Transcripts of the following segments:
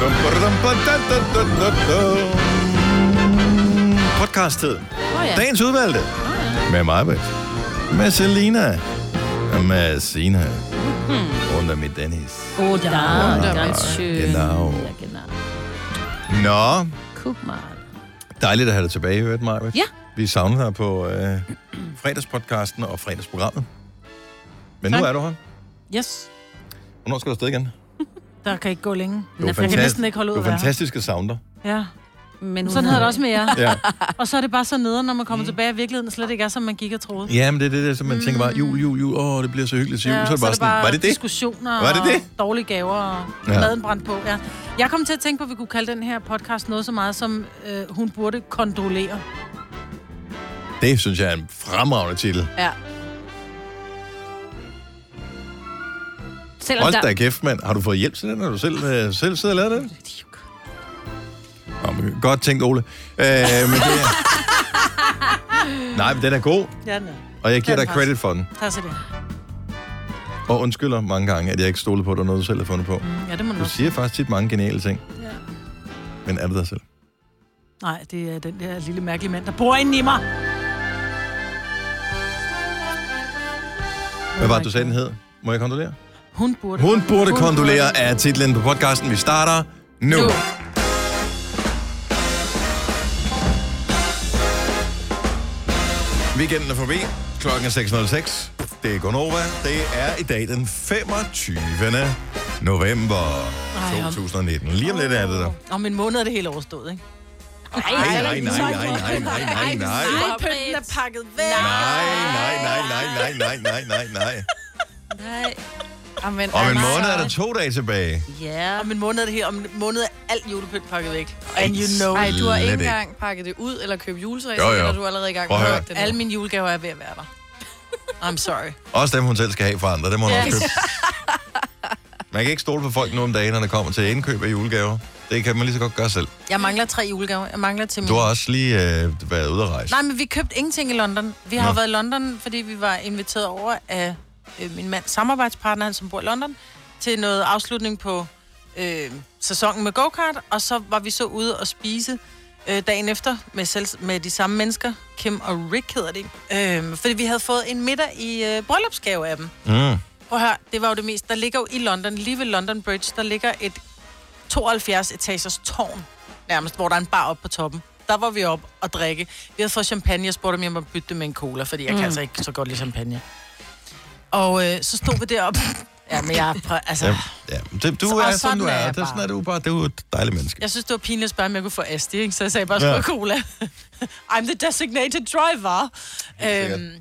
Dum, badadum, badadum, dum, dum, dum, dum. Podcast-tid. Åh, ja. Dagens udvalgte. Med mig, Med Selina. Og Med Sina. Hmm. Under mit Dennis. Oh, da, Ja, ganz schön. genau. Ja, genau. Nå, Guck mal. dejligt at have dig tilbage, hørt mig. Ja. Vi savner dig på øh, fredagspodcasten og fredagsprogrammet. Men nu Tak. er du her. Yes, Hvornår skal du afsted igen? Det der kan ikke gå længe. var fantastisk. Jeg kan næsten ikke holde ud Det at var være her. fantastisk at savne dig. Ja. Men Mm. Sådan havde det også med jer. Ja. Og så er det bare så nederen, når man kommer tilbage, at virkeligheden slet ikke er, som man gik og troede. Ja, men det er det, der, som Mm. man tænker bare, jul, jul, jul, åh, det bliver så hyggeligt til jul. så er det bare sådan, var det det? diskussioner Var det det? og dårlige gaver og Ja. ja. maden brændt på. Ja. Jeg kom til at tænke på, at vi kunne kalde den her podcast noget så meget som, øh, hun burde kondolere. Det synes jeg er en fremragende titel. Ja. Selvom Hold der... da kæft, mand. Har du fået hjælp til den? Har du selv, øh, selv siddet og lavet den? Nå, men Godt tænkt, Ole. Øh, men det er... Nej, men den er god, Ja, den er. og jeg giver Den dig er credit for den. Tak så det. Og undskylder mange gange, at jeg ikke stolede på, at der er noget, du selv har fundet på. Ja, det må du Du nok. siger faktisk tit mange geniale ting, Ja. men er du der selv? Nej, det er den der lille mærkelige mand, der bor inde i mig. Hvad var det, du sagde, den hed? Må jeg kondolere? Hun burde... Hun burde kondolere af titlen på podcasten. Vi starter nu. Nu. Weekenden er forbi. Klokken er 6.06. Det er Gonova. Det er i dag den 25. november Ej, om- 2019. Lige om lidt er det der. Om en måned er det hele overstået, ikke? Nej, nej, nej, nej, nej, nej, nej, nej. Ej, pynten er pakket væk. Nej, nej, nej, nej, nej, nej, nej, nej, nej. Nej. Amen, Om en måned er der to dage tilbage. Ja. Om en måned er det her. Om en måned er alt julepynt pakket væk. And you know. Nej, du har ikke Slet ikke. engang pakket det ud eller købt juletræ, Jo, så jo. er du er allerede i gang Prøv med at at høre. pakke det. Alle Alle mine julegaver er ved at være der. I'm sorry. Også dem, hun selv skal have for andre. Det må hun også købe. Man kan ikke stole på folk nu om dagen, når det kommer til indkøb af julegaver. Det kan man lige så godt gøre selv. Jeg mangler tre julegaver. Jeg mangler til min... Du har også lige øh, været ude at rejse. Nej, men vi købte ingenting i London. Vi har Nå. jo været i London, fordi vi var inviteret over af øh, min mands samarbejdspartner, han som bor i London, til noget afslutning på øh, sæsonen med go-kart, og så var vi så ude og spise øh, dagen efter med, selv, med de samme mennesker, Kim og Rick hedder de, øh, fordi vi havde fået en middag i øh, bryllupsgave af dem. Mm. Prøv at høre, det var jo det mest. Der ligger jo i London, lige ved London Bridge, der ligger et 72-etagers tårn nærmest, hvor der er en bar oppe på toppen. Der var vi op og drikke. Vi havde fået champagne, jeg spurgte, om jeg måtte bytte det med en cola, fordi jeg mm. kan altså ikke så godt lide champagne. Og øh, så stod vi deroppe. Ja, men jeg, prøv, altså, Ja, ja. men Det, du Så- og er, som sådan du er. er jeg Det er bare. sådan, at du bare det er jo et dejligt menneske. jeg synes, det var pinligt at spørge, om jeg kunne få Asti, ikke? så jeg sagde bare, Ja. ja. cola. I'm the designated driver. sikkert. Øhm,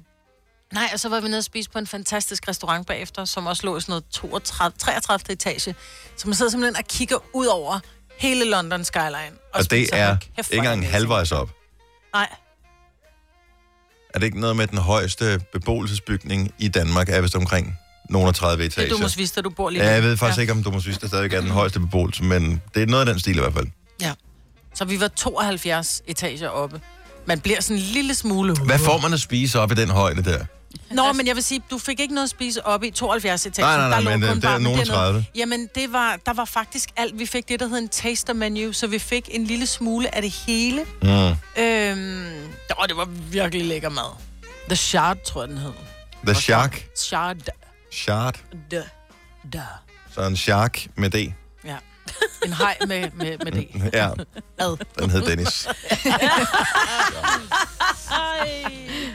nej, og så var vi nede og spise på en fantastisk restaurant bagefter, som også lå i sådan noget 32, 33. etage. Så man sidder simpelthen og kigger ud over hele London Skyline. Og, Og det spiser. er Hold kæft, ikke hvor engang det halvvejs op. Nej, Er det ikke noget med at den højeste beboelsesbygning i Danmark, er vist omkring nogle og 30 det er du etager? måske vidste, at du bor lige Ja, jeg nu. ved faktisk ikke, om du måske stadigvæk er den højeste beboelse, men det er noget af den stil i hvert fald. Ja. Så vi var 72 etager oppe. Man bliver sådan en lille smule... Hvad får man at spise op i den højde der? Nå, men jeg vil sige, du fik ikke noget at spise op i 72 etagen. Nej, nej, nej, der lå men, kun øh, det er bare- nogen dernede- 30. Jamen, det var, der var faktisk alt. Vi fik det, der hed en taster menu, så vi fik en lille smule af det hele. Mm. Øhm, åh, det var virkelig lækker mad. The Shard, tror jeg, den hed. The Shark. Shard. Shard. Da. Da. Så en shark med D. Ja. En hej med, med, med det. Ja, Ad. den hed Dennis.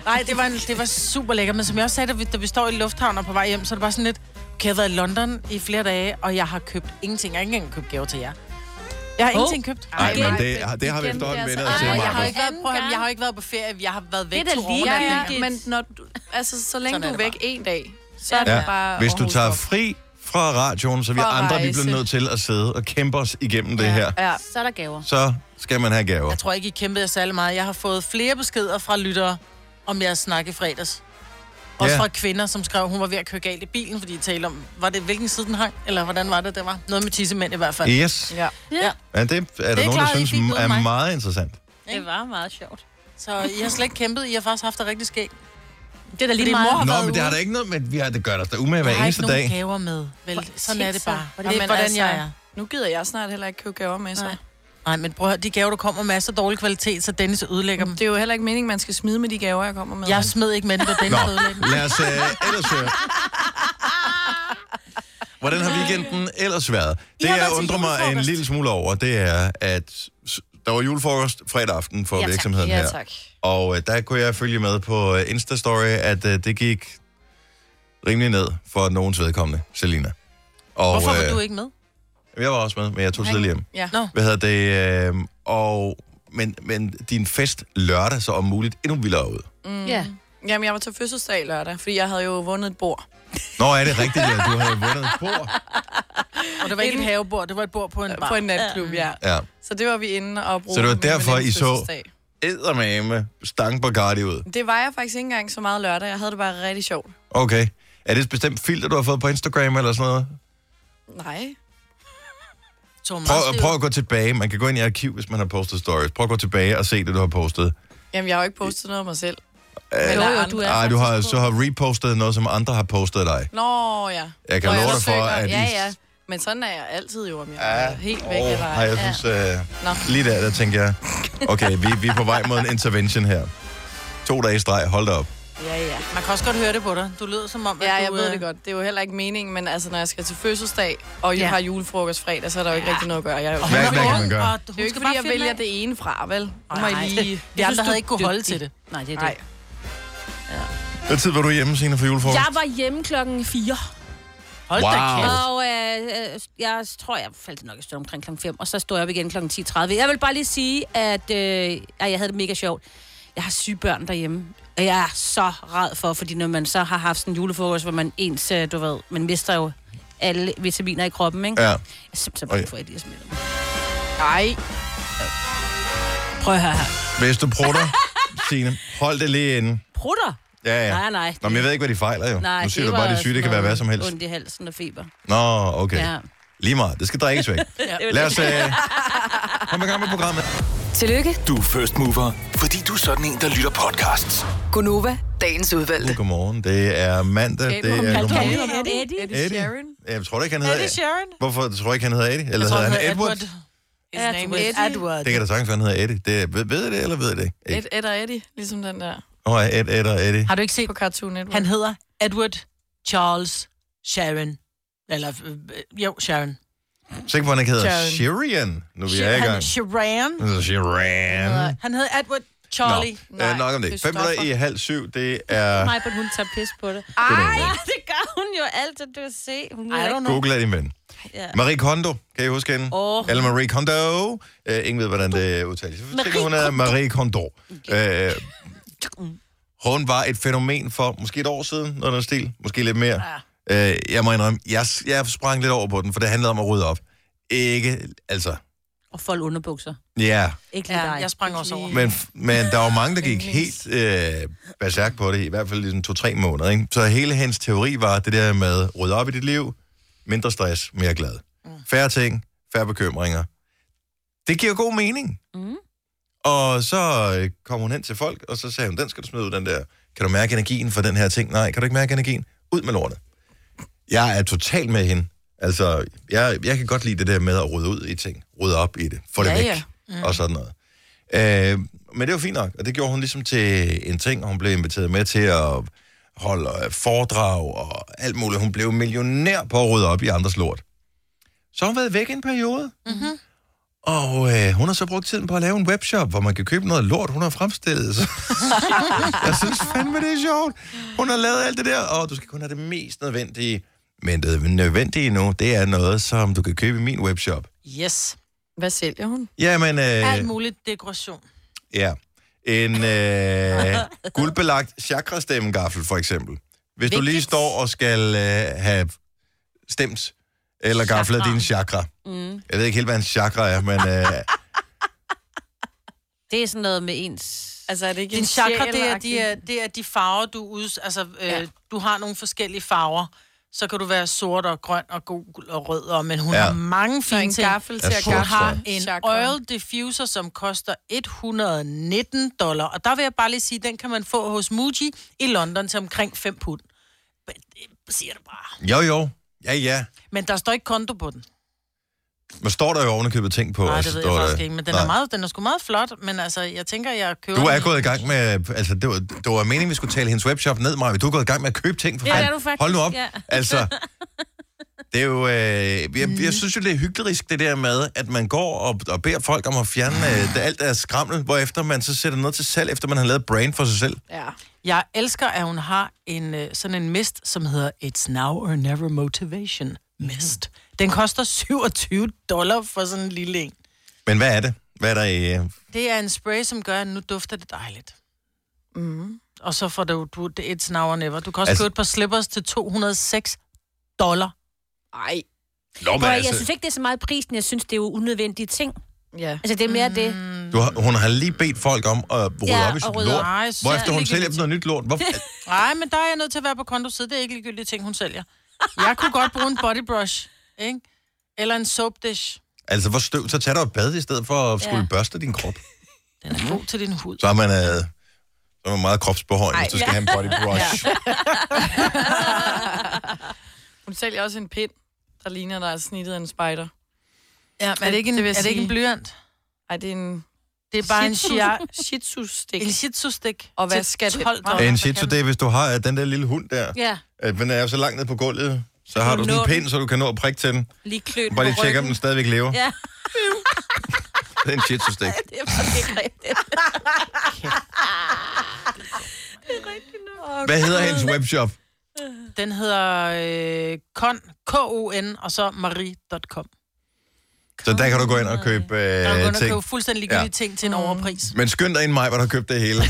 Nej, det var, en, det var super lækkert, men som jeg også sagde, da vi, da vi står i lufthavnen og på vej hjem, så er det bare sådan lidt, okay, jeg har været i London i flere dage, og jeg har købt ingenting. Jeg har ikke engang købt gaver til jer. Jeg har oh. ingenting købt. Nej, men det- det, det har vi igen, efterhånden det er vendt så- os til, Ej, Nej, jeg Marcus. har Markus. ikke været, prøv, at høre, jeg har ikke været på ferie. Jeg har været væk Det er da to lige- år. ja, Ja, ja, ja. men når du, altså, så længe Sådan Sådan er du er det væk bare. en dag, så er det Ja. bare Hvis du overhovedet tager op. fri fra radioen, så vi For at andre vi bliver rejse. nødt til at sidde og kæmpe os igennem det her, Ja, Så er der gaver. så skal man have gaver. Jeg tror ikke, I kæmpede jer særlig meget. Jeg har fået flere beskeder fra lyttere om jeres snak i fredags. Også Ja. fra kvinder, som skrev, hun var ved at køre galt i bilen, fordi I talte om, var det, hvilken side den hang, eller hvordan var det, det var? Noget med tissemænd i hvert fald. Yes. ja. Ja. Ja, det er der er nogen, der klart, I synes fik noget af er mig. meget interessant. Det var meget sjovt. Så I har slet ikke kæmpet, I har faktisk haft det rigtig skægt. Det er da lige Fordi meget. mor- har Nå, været men det har ude. der ikke noget med, vi har, det gør der da umage hver jeg har ikke eneste nogen dag. gaver med, Hvor- vel? Sådan er det tænk så. bare. Hvor Det det- er, hvordan altså- jeg er. Nu gider jeg snart heller ikke købe gaver med sig. Nej, men prøv at høre, de gaver, du kommer med, er så dårlig kvalitet, så Dennis ødelægger dem. Det er jo heller ikke meningen, man skal smide med de gaver, jeg kommer med. Jeg smed ikke med dem, da Dennis Nå, ødelægger dem. lad os øh, ellers høre. Hvordan har weekenden ellers været? Det, har jeg været til undrer mig en julefrokost. lille smule over, det er, at s- der var julefrokost fredag aften for Ja, tak. virksomheden Ja, her. tak. Og øh, der kunne jeg følge med på øh, Instastory, at øh, det gik rimelig ned for nogens vedkommende, Selina. Og, Hvorfor var du ikke med? Øh, jeg var også med, men jeg tog tidligere hjem. Ja. Nå. Hvad hedder det? Øh, og, men, men din fest lørdag så om muligt endnu vildere ud. Mm. Ja. Jamen, jeg var til fødselsdag lørdag, fordi jeg havde jo vundet et bord. Nå, er det rigtigt, ja. Du har vundet et bord. Og det var ikke et Inden- Øh, havebord, det var et bord på en bar. På en natklub, ja. Ja. Så det var vi inde og bruge. Så det var på min derfor, venindes I så- fødselsdag. Eddermame stang Bacardi ud. Det var jeg faktisk ikke engang så meget lørdag. Jeg havde det bare rigtig sjovt. Okay. Er det et bestemt filter, du har fået på Instagram eller sådan noget? Nej. Thomas, Prøv, det er prøv jo- at gå tilbage. Man kan gå ind i arkiv, hvis man har postet stories. Prøv at gå tilbage og se det, du har postet. Jamen, jeg har jo ikke postet noget om mig selv. Øh, Jo, jo, du er Ej, du har faktisk så har repostet noget, som andre har postet af dig. Nå, ja. Jeg kan Nå, love dig for, undersøger. at... Ja, I- ja. Men sådan er jeg altid jo, om jeg Ja, er helt væk åh, eller nej, ej. jeg synes, Nå. øh, lige der, der tænker jeg, okay, vi, vi er på vej mod en intervention her. To dage i streg, hold da op. Ja, ja. Man kan også godt høre det på dig. Du lød som om, at Ja, du... jeg ved øh, det godt. Det er jo heller ikke meningen, men altså, når jeg skal til fødselsdag, og jeg Ja. har julefrokost fredag, så er der jo ikke rigtig noget at gøre. Jeg er jo, Og det hun Hvad- er hvad kan man ung, gøre? og hun er jo ikke, skal fordi bare jeg finde vælger af. det ene fra, vel? Nu må Nej, I lige... vi andre havde ikke kunne holde til det. Nej, det er Nej. det. Hvad tid var du hjemme, Signe, for julefrokost? Jeg var hjemme klokken 4, Hold da Wow. kæft. og øh, øh, jeg tror, jeg faldt nok et sted omkring klokken 5, og så stod jeg op igen klokken 10.30. Jeg vil bare lige sige, at øh, ej, jeg havde det mega sjovt. Jeg har syge børn derhjemme, og jeg er så ræd for, fordi når man så har haft sådan en julefrokost, hvor man ens, øh, du ved, man mister jo alle vitaminer i kroppen, ikke? Ja. Jeg er simpelthen bange Oj. for, at de har smittet mig. Nej. Prøv at høre her. Hvis du prutter, Signe, hold det lige inde. Prutter? Ja, ja. Nej, nej. Nå, men jeg ved ikke, hvad de fejler jo. Nej, nu siger du bare, at det er syge, det kan være hvad som helst. Ondt i halsen og feber. Nå, okay. Ja. Lige meget. Det skal drikkes væk. Lad os ligesom, øh, komme i gang med programmet. Tillykke, Du er first mover, fordi du er sådan en, der lytter podcasts. Gunova, dagens udvalgte. Godmorgen. Det er mandag. Det er godmorgen. Eddie? Eddie? Eddie Sharon. Jeg tror ikke, han hedder... Eddie Sharon? Hvorfor tror du ikke, han hedder Eddie? Eller Jeg tror, hedder han hed han Edward? His name is Edward. Edward. Edward. Det kan da sagtens være, han hedder Eddie. Det, ved, ved I det, eller ved I det ikke? Ed, Ed og Eddie, ligesom den der Åh, oh, Ed, Ed og Eddie. Har du ikke set? på Cartoon Network. Han hedder Edward Charles Sharon. Eller, øh, jo, Sharon. Sikker på, han ikke hedder Sharon. Shirian, nu vi er i Han, gang. Sharon. Han hedder Shirian. Han hedder Edward Mm. Nå, Charlie. øh, nok om det. Fem minutter i halv syv, det er... Nej, men hun tager pis på det. Ej! det gør hun jo altid, du kan se. Hun I don't know. Google er din ven. Ja. Marie Kondo, kan I huske hende? Åh. Eller Marie Kondo. Øh, ingen ved, hvordan det udtales. Jeg tænker, Marie hun er Marie Kondo. Øh, hun var et fænomen for måske et år siden, noget af den stil. Måske lidt mere. Øh, jeg må indrømme, jeg, jeg sprang lidt over på den, for det handlede om at rydde op. Ikke, altså, Og fold underbukser. ja. Yeah. Ikke lige Ja, dig. jeg sprang også over. Men, f- men der var mange, der gik helt øh, berserk på det, i hvert fald i sådan to-tre måneder. Ikke? Så hele hendes teori var det der med, rydde op i dit liv, mindre stress, mere glad. Færre ting, færre bekymringer. Det giver god mening. Mm. Og så øh, kom hun hen til folk, og så sagde hun, den skal du smide ud, den der. Kan du mærke energien for den her ting? Nej, kan du ikke mærke energien? Ud med lortet. Jeg er totalt med hende. Altså, jeg, jeg kan godt lide det der med at rydde ud i ting. Rydde op i det. Få det Ja, væk. ja. Mm. Og sådan noget. Øh, men det var fint nok, og det gjorde hun ligesom til en ting, og hun blev inviteret med til at holde øh, foredrag og alt muligt. Hun blev millionær på at rydde op i andres lort. Så har hun været væk i en periode, og øh, hun har så brugt tiden på at lave en webshop, hvor man kan købe noget lort, hun har fremstillet. Så. jeg synes fandme, det er sjovt. Hun har lavet alt det der, og du skal kun have det mest nødvendige. Men det nødvendige nu, det er noget, som du kan købe i min webshop. Yes. Hvad sælger hun? Jamen, øh, Alt muligt dekoration. Ja. En øh, guldbelagt chakrastemmengaffel, for eksempel. Hvis du lige Vigtigt. står og skal øh, have stemt eller gaflet Chakra. din chakra. Mm. Jeg ved ikke helt, hvad en chakra er, men øh, Det er sådan noget med ens... Altså, er det ikke Din en chakra, det er, sjæl-agtig- de er, det er de farver, du ud... Altså, øh, Ja. du har nogle forskellige farver. Så kan du være sort og grøn og gul og rød, og, men hun Ja. ja. har mange Så fine en ting. gaffel til Jeg at tror, Hun gafle har så. en chakra. oil diffuser, som koster 119 dollar. Og der vil jeg bare lige sige, den kan man få hos Muji i London til omkring 5 pund. Men det siger det bare. jo jo, ja ja. Men der står ikke konto på den. Men står der jo ovenikøbet ting på? Nej, det og så ved jeg står der- faktisk ikke, men den er, Nej. meget, den er sgu meget flot, men altså, jeg tænker, jeg køber Du er den. gået i gang med, altså det var, det var meningen, vi skulle tale hendes webshop ned, Maja. Du er gået i gang med at købe ting for Ja, det fanden. er du faktisk, Hold nu op. ja. Altså, det er jo, øh, jeg, jeg synes jo, det er hyggeligt det der med, at man går og, og beder folk om at fjerne øh, det, alt deres skrammel, hvorefter man så sætter noget til salg, efter man har lavet brand for sig selv. Ja. Jeg elsker, at hun har en, øh, sådan en mist, som hedder It's Now or Never Motivation Mist. Mm. Den koster 27 dollar for sådan en lille en. Men hvad er det? Hvad er der i... Øh, Det er en spray, som gør, at nu dufter det dejligt. Mm. Og så får du, du det er It's Now or Never. Du kan også altså... Altså- købe et par slippers til 206 dollar. Ej. Nå, men Prøv, altså, jeg synes ikke, det er så meget prisen. Jeg synes, det er jo unødvendige ting. Ja. Altså, det er mere mm. det. du har, hun har lige bedt folk om at rydde Ja, op i og sit rydde lort, op. Nej, så hvorefter hun ligegyldigt. sælger dem noget nyt lort. Hvorfor? Nej, men der er jeg nødt til at være på kontoside. Det er ikke ligegyldige ting, hun sælger. Jeg kunne godt bruge en bodybrush, ikke? Eller en soap dish. Altså, hvor støv, så tag dig et bad i stedet for at skulle Ja. børste din krop. Den er god til din hud. Så er man, øh, så er man meget kropsbehøjende, hvis du skal have en body brush. Hun sælger også en pind, der ligner, der er snittet af en spider. Ja, men er det ikke en, Det det vil jeg er det ikke en sige. blyant? Ej, det er en Det er bare en, shia, shih tzu-stik. en shih tzu-stik. Og hvad til skal det 12 være? dollar En for shih tzu, katten. det er, hvis du har øh, den der lille hund der, Ja, øh, men den er jo så langt ned på gulvet, så har kan du du sådan en nå den. pind, så du kan nå at prikke til den. lige kløt Bare lige på tjekke, om ryggen. den stadigvæk lever. Ja, Det er en shih tzu stik. det er faktisk ikke rigtigt. Hvad hedder hendes webshop? Den hedder øh, kon, K-O-N, og så marie.com. Øh, Så der kan du gå ind og købe Der øh, er kun ting. at fuldstændig ligegyldige Ja. ting til en overpris. Men skynd dig ind mig, hvor du har købt det hele.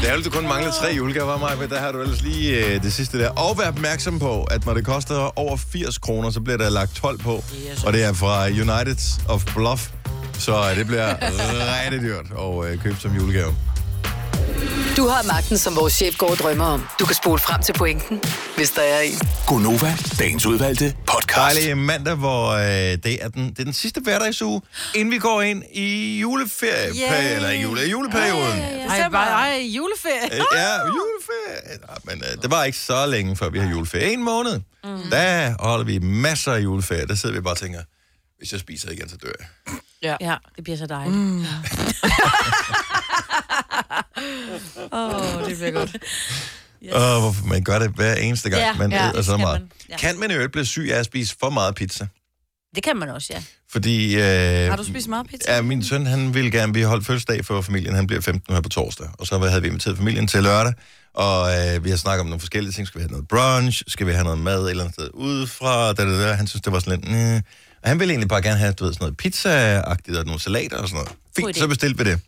Det er jo, du kun mangler tre julegaver, Maja, men der har du ellers lige øh, det sidste der. Og vær opmærksom på, at når det koster over 80 kroner, så bliver der lagt 12 på. Yes. Og det er fra United of Bluff. Så øh, det bliver rigtig dyrt at øh, købe som julegave. Du har magten, som vores chef går og drømmer om. Du kan spole frem til pointen, hvis der er en. Gonova, dagens udvalgte podcast. Dejlig mandag, hvor øh, det, er den, det er den sidste hverdagsuge, inden vi går ind i juleferie, Yay. eller jule, juleperioden. Ej, bare, ej, juleferie. Ah! Øh, Ja, juleferie. Nå, Men øh, det var ikke så længe, før vi har juleferie. En måned, mm. der holder vi masser af juleferie. Der sidder vi bare og tænker, hvis jeg spiser igen, så dør jeg. Ja, det bliver så dejligt. Mm. Åh, det bliver godt. Yes. Og hvorfor man gør det hver eneste gang, Ja, man ja, æder det så skal meget. man. Ja. Ja. Kan man i øvrigt blive syg af at spise for meget pizza? Det kan man også, ja. Fordi... Øh, Har du spist meget pizza? Ja, min søn, han ville gerne, vi holdt fødselsdag for familien, han bliver 15 her på torsdag, og så havde vi inviteret familien til lørdag, og øh, vi har snakket om nogle forskellige ting, skal vi have noget brunch, skal vi have noget mad et eller andet sted udefra, da, da, da. han synes, det var sådan lidt, "Næh." og han ville egentlig bare gerne have, du ved, sådan noget pizza-agtigt og nogle salater og sådan noget. God Fint, idé. så bestilte vi det.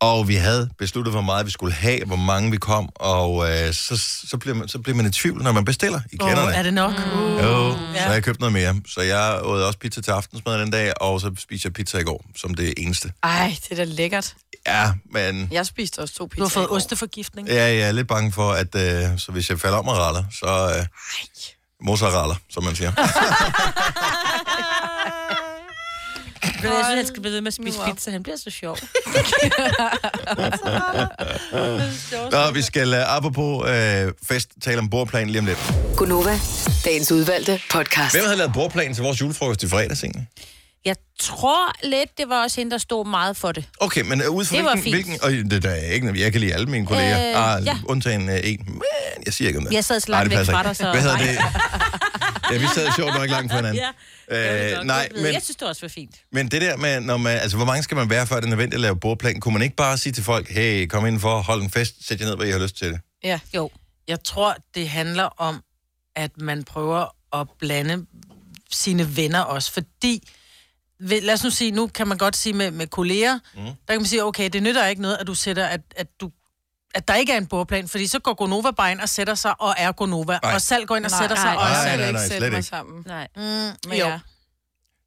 Og vi havde besluttet, hvor meget vi skulle have, hvor mange vi kom, og øh, så, så, bliver man, så bliver man i tvivl, når man bestiller. I kender Åh, er det nok? Mm. jo, så har jeg købt noget mere. Så jeg åd også pizza til aftensmad den dag, og så spiser jeg pizza i går, som det eneste. Ej, det er da lækkert. Ja, men Jeg spiste også to pizzaer Du har fået i går. osteforgiftning. ja, jeg er lidt bange for, at øh, så hvis jeg falder om og raller, så... Øh, mozzarella, som man siger. Men jeg synes, han skal blive ved med at spise pizza. Han bliver så sjov. Nå, vi skal øh, apropos øh, fest tale om bordplan lige om lidt. Gunova, dagens udvalgte podcast. Hvem havde lavet bordplan til vores julefrokost i fredags egentlig? Jeg tror lidt, det var også hende, der stod meget for det. Okay, men øh, ud fra Det var hvilken... fint. hvilken og det der er ikke, noget- jeg kan lide alle mine kolleger. Øh, ah, ja. Undtagen øh, en. Men jeg siger ikke om det. Jeg sad så Nej, langt det væk passer fra dig, ikke. så- Hvad hedder det? Ja, vi sad sjovt nok langt fra hinanden. det Øh, var nej, godt ved. men, Jeg synes, det også var fint. men det der med, når man, altså, hvor mange skal man være, før det er nødvendigt at lave bordplan? Kunne man ikke bare sige til folk, hey, kom indenfor, hold en fest, sæt jer ned, hvor I har lyst til det? Ja. Jo. Jeg tror, det handler om, at man prøver at blande sine venner også, fordi ved- lad os nu sige, nu kan man godt sige med, med kolleger, mm. der kan man sige, okay, det nytter ikke noget, at du sætter, at, at du at der ikke er en bordplan, fordi så går Gonova bare ind og sætter sig og er Gonova, Nej. og salg går ind og Nej, sætter sig nej, og er nej, salg. nej, ikke nej, sætte slet mig ikke. sammen. Nej. Mm, Men jo.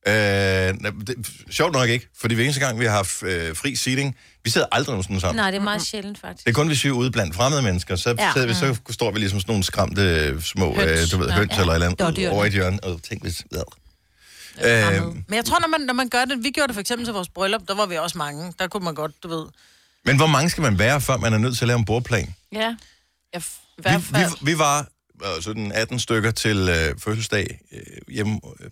ja. Øh, nej, det, sjovt nok ikke, fordi hver eneste gang, vi har haft øh, fri seating, vi sidder aldrig nogensinde sammen. Nej, det er meget sjældent, faktisk. Det er kun, hvis vi er ude blandt fremmede mennesker, så, ja. Ja. sidder vi, så står vi ligesom sådan nogle skræmte øh, små, høns, øh, du ved, høns ja. eller et eller andet, Dårdyrene. over i et hjørne, og tænk hvis... Ja. Øh, Men jeg tror, når man, når man gør det, vi gjorde det for eksempel til vores bryllup, der var vi også mange, der kunne man godt, du ved. men hvor mange skal man være, før man er nødt til at lave en bordplan? Ja. Jeg f- i Vi, hvert fald. vi, vi var øh, sådan 18 stykker til øh, fødselsdag øh, hjemme, øh,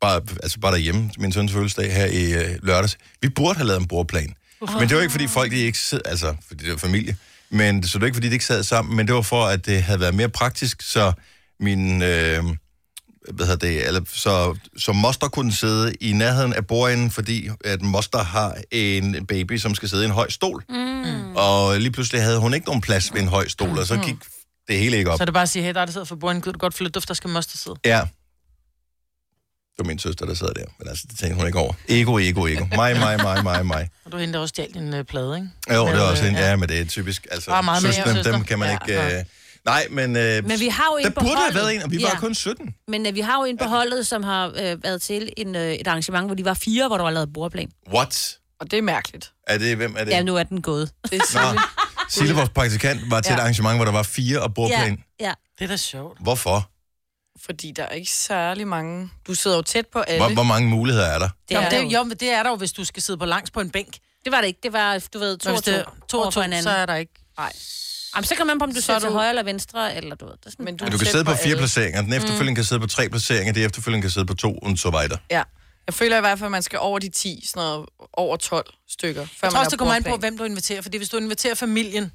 bare, altså bare derhjemme, til min søns fødselsdag her i øh, lørdags. Vi burde have lavet en bordplan. Men det var ikke, fordi folk de ikke sad, altså, fordi det var familie, men så det var ikke, fordi de ikke sad sammen, men det var for, at det havde været mere praktisk, så min, øh, hvad hedder det, eller, så, så moster kunne sidde i nærheden af bordenden, fordi at moster har en baby, som skal sidde i en høj stol. Mm. Og lige pludselig havde hun ikke nogen plads ved en høj stol, og så gik det hele ikke op. Mm. Så er det bare at sige, hey, der, der sidder for bordet, gider du godt flytte duft, der skal moster sidde. Ja. Det var min søster, der sad der, men altså, det tænkte hun ikke over. Ego, ego, ego. Mig, mig, mig, mig, mig. Og du henter også stjal din øh, plade, ikke? Jo, det er Men, også øh, en, ja. ja, men det er typisk, altså, Bare meget mere søsterne, søster. dem kan man Ja, ikke... Øh, nej, men... Øh, Men vi har jo en der på burde have holdet. været en, og vi var Ja. kun 17. Men øh, vi har jo en på holdet, som har øh, været til en, øh, et arrangement, hvor de var fire, hvor der var lavet bordplan. What? Og det er mærkeligt. Er det, hvem er det? Ja, nu er den gået. Det er Nå, tidligt. Sille, vores praktikant, var til et Ja. arrangement, hvor der var fire og bordplan. Ja, ja. Det er da sjovt. Hvorfor? fordi der er ikke særlig mange. Du sidder jo tæt på alle. Hvor, hvor mange muligheder er der? Øh. Det, Nå, er men det, det, jo. jo, men det er der jo, hvis du skal sidde på langs på en bænk. det var det ikke. Det var, du ved, to Så hvis og to. det er to over og for to, hinanden. så er der ikke. Jamen, så kan man på, om du Så sidder er til du- højre eller venstre, eller du Mm. ved. Det er sådan, Men du, Ja, er du kan tæt sidde på på fire alle. placeringer, den efterfølgende kan sidde på tre placeringer, det efterfølgende kan sidde på to, og så videre. Ja. Jeg føler i hvert fald, at man skal over de 10, sådan noget, over 12 stykker. Før Jeg man tror også, det har kommer an på, bordplan. hvem du inviterer. Fordi hvis du inviterer familien,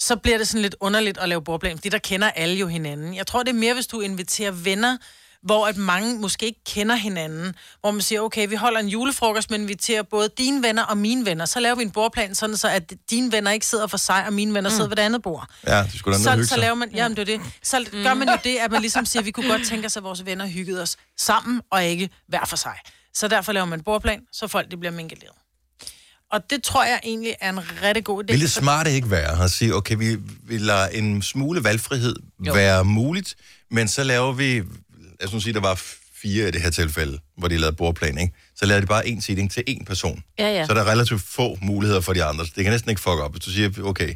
så bliver det sådan lidt underligt at lave bordplan. Fordi der kender alle jo hinanden. Jeg tror, det er mere, hvis du inviterer venner, hvor at mange måske ikke kender hinanden. Hvor man siger, okay, vi holder en julefrokost, men inviterer både dine venner og mine venner. Så laver vi en bordplan, sådan så at dine venner ikke sidder for sig, og mine venner sidder ved det andet bord. Ja, det skulle da noget så, hygge så sig. laver man, jamen det er jo det. Så Mm. gør man jo det, at man ligesom siger, at vi kunne godt tænke os, at vores venner hyggede os sammen, og ikke hver for sig. Så derfor laver man bordplan, så folk de bliver minkeleret. Og det tror jeg egentlig er en rigtig god idé. Vil det smarte ikke være at sige, okay, vi, vi lader en smule valgfrihed jo. være muligt, men så laver vi, lad os nu sige, der var fire i det her tilfælde, hvor de lavede bordplan, ikke? så lavede de bare en seating til én person. Ja, ja. Så der er relativt få muligheder for de andre, så det kan næsten ikke fuck op, hvis du siger, okay,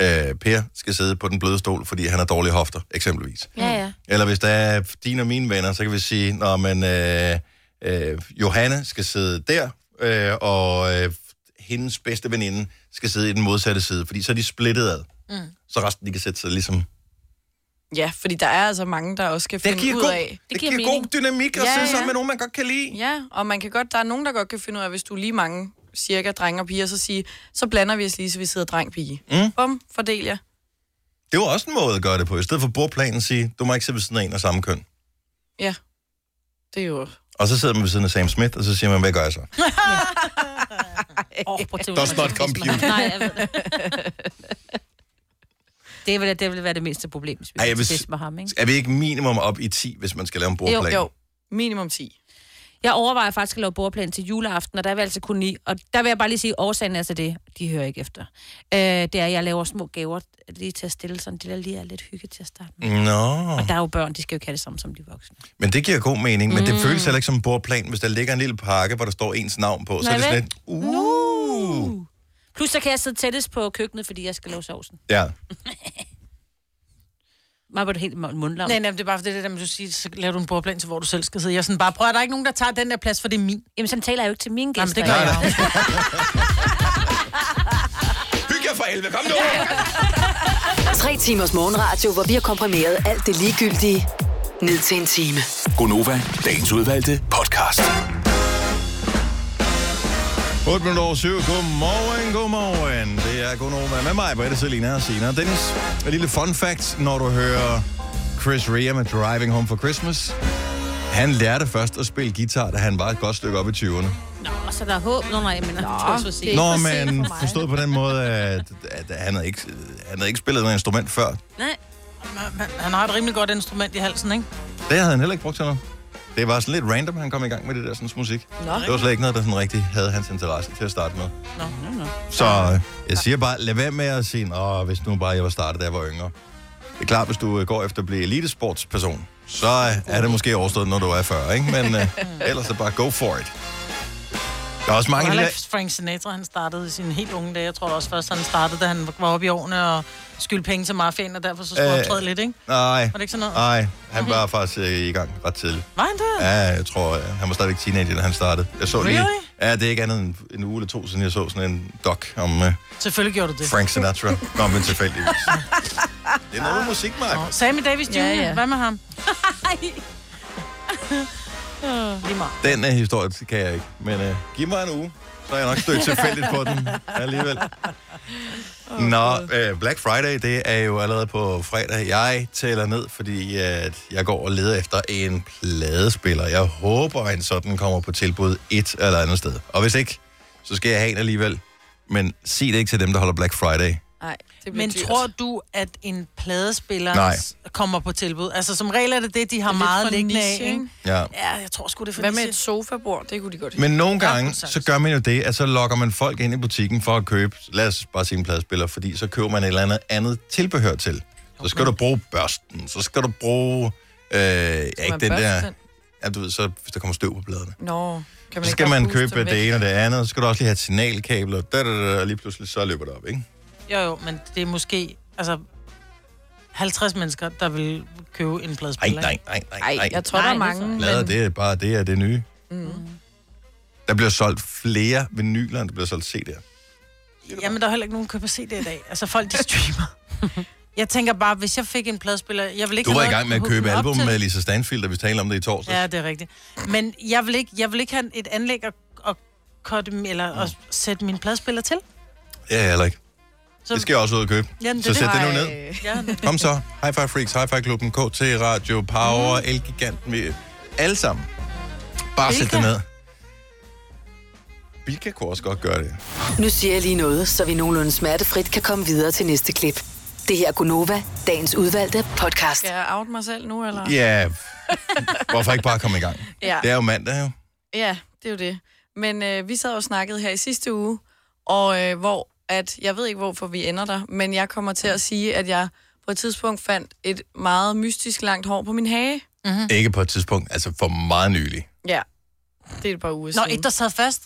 øh, Per skal sidde på den bløde stol, fordi han har dårlige hofter, eksempelvis. Ja, ja. Eller hvis der er dine og mine venner, så kan vi sige, når man øh, øh, Johanne skal sidde der, øh, og øh, hendes bedste veninde skal sidde i den modsatte side, fordi så er de splittet ad. Mm. Så resten de kan sætte sig ligesom... Det Ja, fordi der er altså mange, der også skal finde ud af... det giver giver god mening. dynamik at Ja, ja, sidde ja. sammen med nogen, man godt kan lide. Ja, og man kan godt, der er nogen, der godt kan finde ud af, hvis du er lige mange, cirka drenge og piger, så sige, så blander vi os lige, så vi sidder dreng-pige. Mm. Bum, fordel jer. Det var også en måde at gøre det på. I stedet for bordplanen sige, du må ikke sidde ved siden af en af samme køn. Ja, det er jo... Og så sidder man ved siden af Sam Smith, og så siger man, hvad gør jeg så? Åh, prøv at tænke, Does not compute. Nej, jeg ved det. Det ville, det ville være det mindste problem, hvis vi Ej, Ej, jeg vil vil... s- med ham, ikke? Er vi ikke minimum op i 10, hvis man skal lave en Jo, bordplan? jo. Minimum 10. Jeg overvejer faktisk at lave bordplan til juleaften, og der er vi altså kun i. Og der vil jeg bare lige sige, at årsagen er til det, de hører ikke efter. Øh, det er, at jeg laver små gaver lige til at stille sådan, det der lige er lidt hygge til at starte med. Nå. Der er jo børn, de skal jo ikke have det samme som de voksne. Men det giver god mening, men mm. det føles heller ikke som en bordplan, hvis der ligger en lille pakke, hvor der står ens navn på. så er Nej, det sådan vel? lidt, uh. Plus så kan jeg sidde tættest på køkkenet, fordi jeg skal lave sovsen. Ja, Mig var det helt mundlam. Nej, nej, men det er bare for det der, med, at du siger, så laver du en bordplan til, hvor du selv skal sidde. Jeg er sådan bare, prøv at der er ikke nogen, der tager den der plads, for det er min. Jamen, sådan taler jeg jo ikke til mine gæster. Jamen, det gør jeg jo. Hyg jer for helvede, kom nu! Tre timers morgenradio, hvor vi har komprimeret alt det ligegyldige ned til en time. Gonova, dagens udvalgte podcast. 8 minutter over 7. Godmorgen, godmorgen. Det er Gunova med mig, Britta, Selina og Sina. Dennis, et lille fun fact, når du hører Chris Rea med Driving Home for Christmas. Han lærte først at spille guitar, da han var et godt stykke op i 20'erne. Nå, så der er håb. Nå, nej, jeg mener, Nå, det er Nå, men forstået på den måde, at, at han, havde ikke, han havde ikke spillet noget instrument før. Nej, Han har et rimelig godt instrument i halsen, ikke? Det havde han heller ikke brugt til noget. Det var sådan lidt random, han kom i gang med det der sådan musik. Nå. Det var slet ikke noget, der sådan rigtig havde hans interesse til at starte med. Nå, nå, Så øh, jeg siger bare, lad være med at sige, Åh, hvis nu bare jeg var startet, da jeg var yngre. Det er klart, hvis du øh, går efter at blive elitesportsperson, så øh, er det måske overstået, når du er 40, ikke? Men øh, ellers er bare go for it. Der er også mange... af de Heller der- ikke Frank Sinatra, han startede i sine helt unge dage. Jeg tror da også først, han startede, da han var oppe i årene og skyldte penge til mafiaen, og derfor så skulle Øh. han optræde lidt, ikke? Nej, Var det ikke sådan noget? nej, han var faktisk øh, i gang ret tidligt. Var han det? Ja, jeg tror, øh, han var stadigvæk teenager, da han startede. Jeg så lige, Really? Ja, det er ikke andet end en uge eller to siden, jeg så sådan en doc om øh, Selvfølgelig gjorde du det. Frank Sinatra. Nå, men tilfældigvis. Det er noget med musik, Mark. Sammy Davis Jr., Ja, ja, ja. ja. hvad med ham? Den øh, historie kan jeg ikke, men øh, giv mig en uge, så er jeg nok stødt tilfældigt på den alligevel. Nå, øh, Black Friday, det er jo allerede på fredag. Jeg tæller ned, fordi at jeg går og leder efter en pladespiller. Jeg håber, at en sådan kommer på tilbud et eller andet sted. Og hvis ikke, så skal jeg have en alligevel. Men sig det ikke til dem, der holder Black Friday. Nej, det bliver Men dyrt. tror du, at en pladespiller Nej. kommer på tilbud? Altså, som regel er det det, de har meget for liggende af, niche, ikke? ikke? Ja. Ja, jeg tror sgu, det er for Hvad med et niche. sofabord? Det kunne de godt lide. Men nogle gange, kunne sagtens. så gør man jo det, at så lokker man folk ind i butikken for at købe, lad os bare sige en pladespiller, fordi så køber man et eller andet andet tilbehør til. Så skal du bruge børsten, så skal du bruge, øh, ja, ikke man den der, børste ja, du ved, så hvis der kommer støv på bladene. Nå, kan man Så ikke skal bare man puste købe dem væk? det ene og det andet, og så skal du også lige have et signalkabel, og da, da, da, og lige pludselig så løber det op, ikke? Jo, jo, men det er måske... Altså, 50 mennesker, der vil købe en Ej, pladespiller. nej, nej, nej, Nej, nej. jeg tror, der er Nej, det er mange. Plader, Mm. men- det er bare det, er det nye. Der bliver solgt flere vinyler, end der bliver solgt CD'er. Mm. ikke? Jamen, der er heller ikke nogen, der køber CD i dag. Altså, folk, de streamer. jeg tænker bare, hvis jeg fik en pladespiller... Jeg vil ikke Du have var i noget gang med at hooke købe den op album til. med Lisa Stanfield, da vi talte om det i torsdags. Ja, det er rigtigt. Men jeg vil ikke, jeg vil ikke have et anlæg at, at cutte, dem- eller Mm. at sætte min pladespiller til. Ja, jeg heller ikke. Så- det skal jeg også ud og købe. Jamen, det så er sæt det. det nu ned. Ja, Kom så. Hi-Fi Freaks, Hi-Fi Klubben, KT Radio, Power, mm. Elgigant, vi- alle sammen. Bare sæt det Bilka. ned. Bilka kunne også godt gøre det. Nu siger jeg lige noget, så vi nogenlunde smertefrit kan komme videre til næste klip. Det her er Gunova, dagens udvalgte podcast. Skal jeg out mig selv nu, eller? Ja, hvorfor ikke bare komme i gang? Ah. Ja. Det er jo mandag jo. Ja, det er jo det. Men øh, vi sad og snakkede her i sidste uge, og øh, hvor at, jeg ved ikke, hvorfor vi ender der, men jeg kommer til at sige, at jeg på et tidspunkt fandt et meget mystisk langt hår på min hage. Ikke på et tidspunkt, altså for meget nylig. Ja, det er et par uger Nå, siden. et, der sad fast.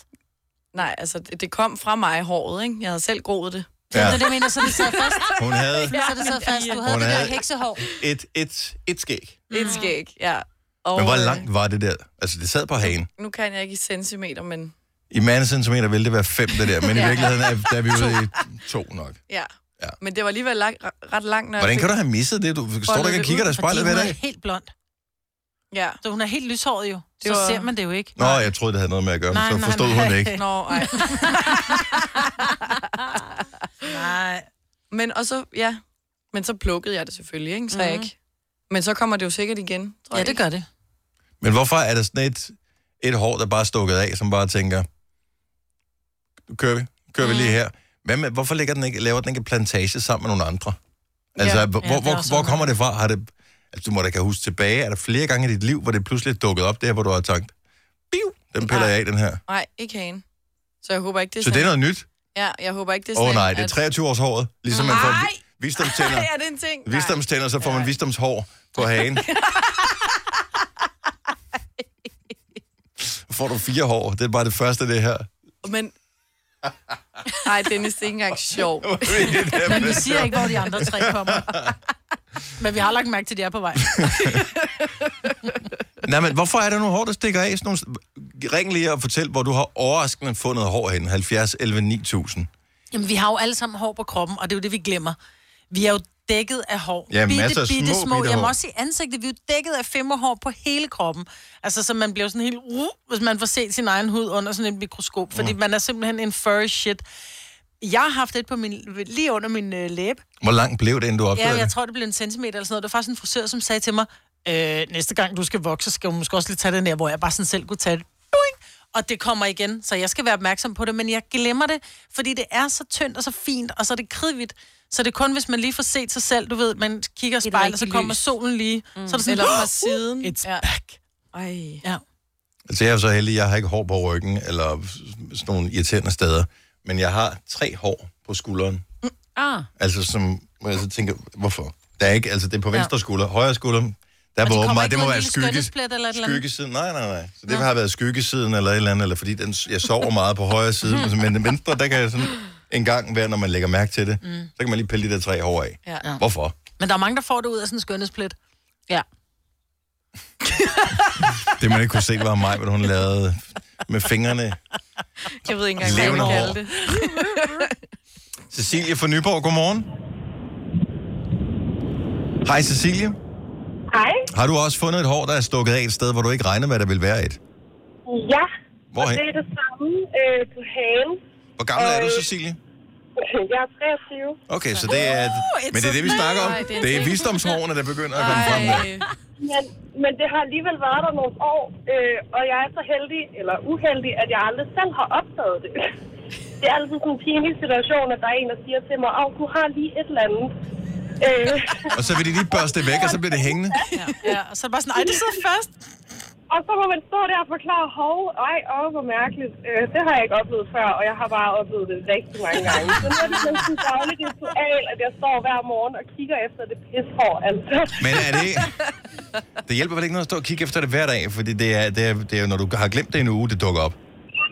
Nej, altså, det, det kom fra mig, håret, ikke? Jeg havde selv groet det. Ja. Ja, Det, er det jeg mener, så det sad fast. hun havde Så det sad fast. Du havde Hun det havde- der heksehår. Mm. et, et, et skæg. Et skæg, ja. Og, Men hvor øh, langt var det der? Altså, det sad på hagen. Nu kan jeg ikke i centimeter, men I mandcentimeter ville det være fem, det der. Men i virkeligheden er, der er vi ude i to nok. ja. Ja. Men det var alligevel lang, ret langt, når Hvordan jeg kan fik... du have misset det? Du står Foldet der ikke og det kigger ud, dig i Fordi spejlet hun hver er dag. helt blond. Ja. Så hun er helt lyshåret jo. Det Så var- ser man det jo ikke. Nå, jeg troede, det havde noget med at gøre, men Nej, så nej, forstod nej. hun det ikke. Nå, ej. Nej. Men, og så, ja. men så plukkede jeg det selvfølgelig, ikke? så mm. jeg ikke. Men så kommer det jo sikkert igen, tror Mhm. Ja, jeg. det gør det. Men hvorfor er der sådan et, et hår, der bare er stukket af, som bare tænker, "Nu kører vi, kører mm. vi lige her. Hvad med, hvorfor ligger den ikke, laver den ikke en plantage sammen med nogle andre? Altså, Ja. ja, hvor, Ja, ja, det er hvor, også hvor sådan. kommer det fra? Har det, altså, du må da kan huske tilbage, er der flere gange i dit liv, hvor det pludselig er dukket op der, hvor du har tænkt, biu, den piller jeg af, den her. Nej, ikke hagen. Så jeg håber ikke, det er Så det er sådan. noget nyt? Ja, jeg håber ikke, det er Åh sådan. oh, nej, det er at- 23 års håret, ligesom man får vi- visdomstænder. Ej, er det en ting? Nej. Visdomstænder, så får man visdomshår på hagen. får du fire hår. Det er bare det første, det her. Men... Nej, Dennis, det er ikke engang sjovt. Men vi siger ikke, hvor de andre tre kommer. Men vi har lagt mærke til, at de er på vej. Nej, men hvorfor er der nogle hår, der stikker af? Sådan nogle... Ring lige og fortæl, hvor du har overraskende fundet hår hen. 70 11 9000. Jamen, vi har jo alle sammen hår på kroppen, og det er jo det, vi glemmer. Vi er jo dækket af hår. Ja, masser af små bitte Jamen hår. også i ansigtet, vi er jo dækket af femmerhår på hele kroppen. Altså, så man bliver jo sådan helt... Uh, hvis man får set sin egen hud under sådan et mikroskop, fordi Mm. man er simpelthen en furry shit. Jeg har haft et på min, lige under min øh, læbe. Hvor langt blev det, inden du opdagede Ja, jeg det? tror, det blev en centimeter eller sådan noget. Det var faktisk en frisør, som sagde til mig, øh, næste gang du skal vokse, skal du måske også lige tage den her, hvor jeg bare sådan selv kunne tage det. Doing! Og det kommer igen, så jeg skal være opmærksom på det, men jeg glemmer det, fordi det er så tyndt og så fint, og så er det kridvidt. Så det er kun, hvis man lige får set sig selv, du ved, man kigger i spejlet, så rigtigt kommer lys. solen lige, mm. så er det sådan, Eller fra "Åh, siden. It's Ja. back. Ej. Ja. Altså, jeg er jo så heldig, jeg har ikke hår på ryggen, eller sådan nogle irriterende steder. Men jeg har tre hår på skulderen. Ah, Altså, som, hvor jeg så tænker, hvorfor? Der er ikke, altså, det er på venstre skulder, højre skulder, der Altså, var åbenbart, det må være skygge, Eller et eller andet. skyggesiden. Nej, nej, nej. Så det har været skyggesiden eller et eller andet, eller fordi den, jeg sover meget på højre side, men- men den venstre, der kan jeg sådan en gang være, når man lægger mærke til det, mm. så kan man lige pille de der tre hår af. Ja. Hvorfor? Men der er mange, der får det ud af sådan en skønhedsplet. ja. Det man ikke kunne se, var mig, hvad hun lavede med fingrene. Jeg ved ikke engang, hvad jeg Levende vil hår. kalde det. Cecilie fra Nyborg, godmorgen. Hej Cecilie. Hej. Har du også fundet et hår, der er stukket af et sted, hvor du ikke regner med, at der vil være et? Ja. Hvorhen? Og det er det samme øh, på hagen. Hvor gammel er du, Øh. Cecilie? Jeg er 23. Okay, så uh, det er... Men det er det, vi snakker om. Nej, det er Det er ting. visdomshårene, der begynder at komme frem. Ej. Men, men det har alligevel været der nogle år, øh, og jeg er så heldig, eller uheldig, at jeg aldrig selv har opdaget det. Det er altid sådan en pinlig situation, at der er en, der siger til mig, at du har lige et eller andet. Øh, Og så vil de lige børste det væk, og så bliver det hængende. Ja, og så er det bare sådan, ej, det sidder fast. og så må man stå der og forklare, hov, ej, åh, hvor mærkeligt. Øh, det har jeg ikke oplevet før, og jeg har bare oplevet det rigtig mange gange. Så nu er det sådan en daglig ritual, at jeg står hver morgen og kigger efter det pishår, altså. Men er det... Det hjælper vel ikke noget at stå og kigge efter det hver dag, fordi det er, det er, det er jo, når du har glemt det en uge, det dukker op.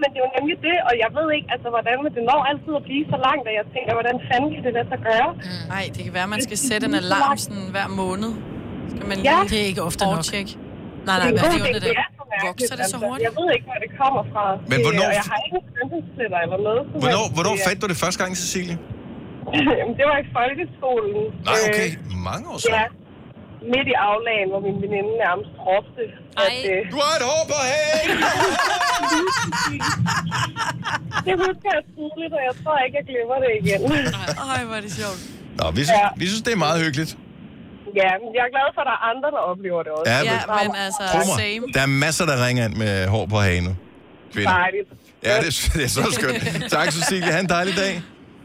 Men det er jo nemlig det, og jeg ved ikke, altså, hvordan men det når altid at blive så langt, at jeg tænker, hvordan fanden kan det lade sig gøre? Mm. Ej, det kan være, at man skal sætte en alarm sådan hver måned. Skal man Ja. lige Det er ikke ofte nok. overtjekke. Nej, en nej, men god det er ting, under det. er så mærkeligt, altså. Vokser det så hurtigt? Jeg ved ikke, hvor det kommer fra. Men Det- hvornår- og Jeg har ikke skønhedspletter eller noget. som Hvornår, helst. hvornår Det er- fandt du det første gang, Cecilie? Jamen, det var i folkeskolen. Nej, Øh, okay. Mange år siden. Ja. Midt i aflagen, hvor min veninde nærmest råbte, at Ej. øh, Du har et hår på hagen! det husker jeg tydeligt, og jeg tror ikke, jeg glemmer det igen. Ej, hvor er det sjovt. Nå, vi synes, Ja. vi synes, det er meget hyggeligt. ja, men jeg er glad for, at der er andre, der oplever det også. Ja, Ja, men- men altså, Tro same. mig, der er masser, der ringer ind med hår på hagen nu. Kvinder. Dejligt. Ja, det, er- det er så skønt. Tak, Cecilie. Ha' en dejlig dag.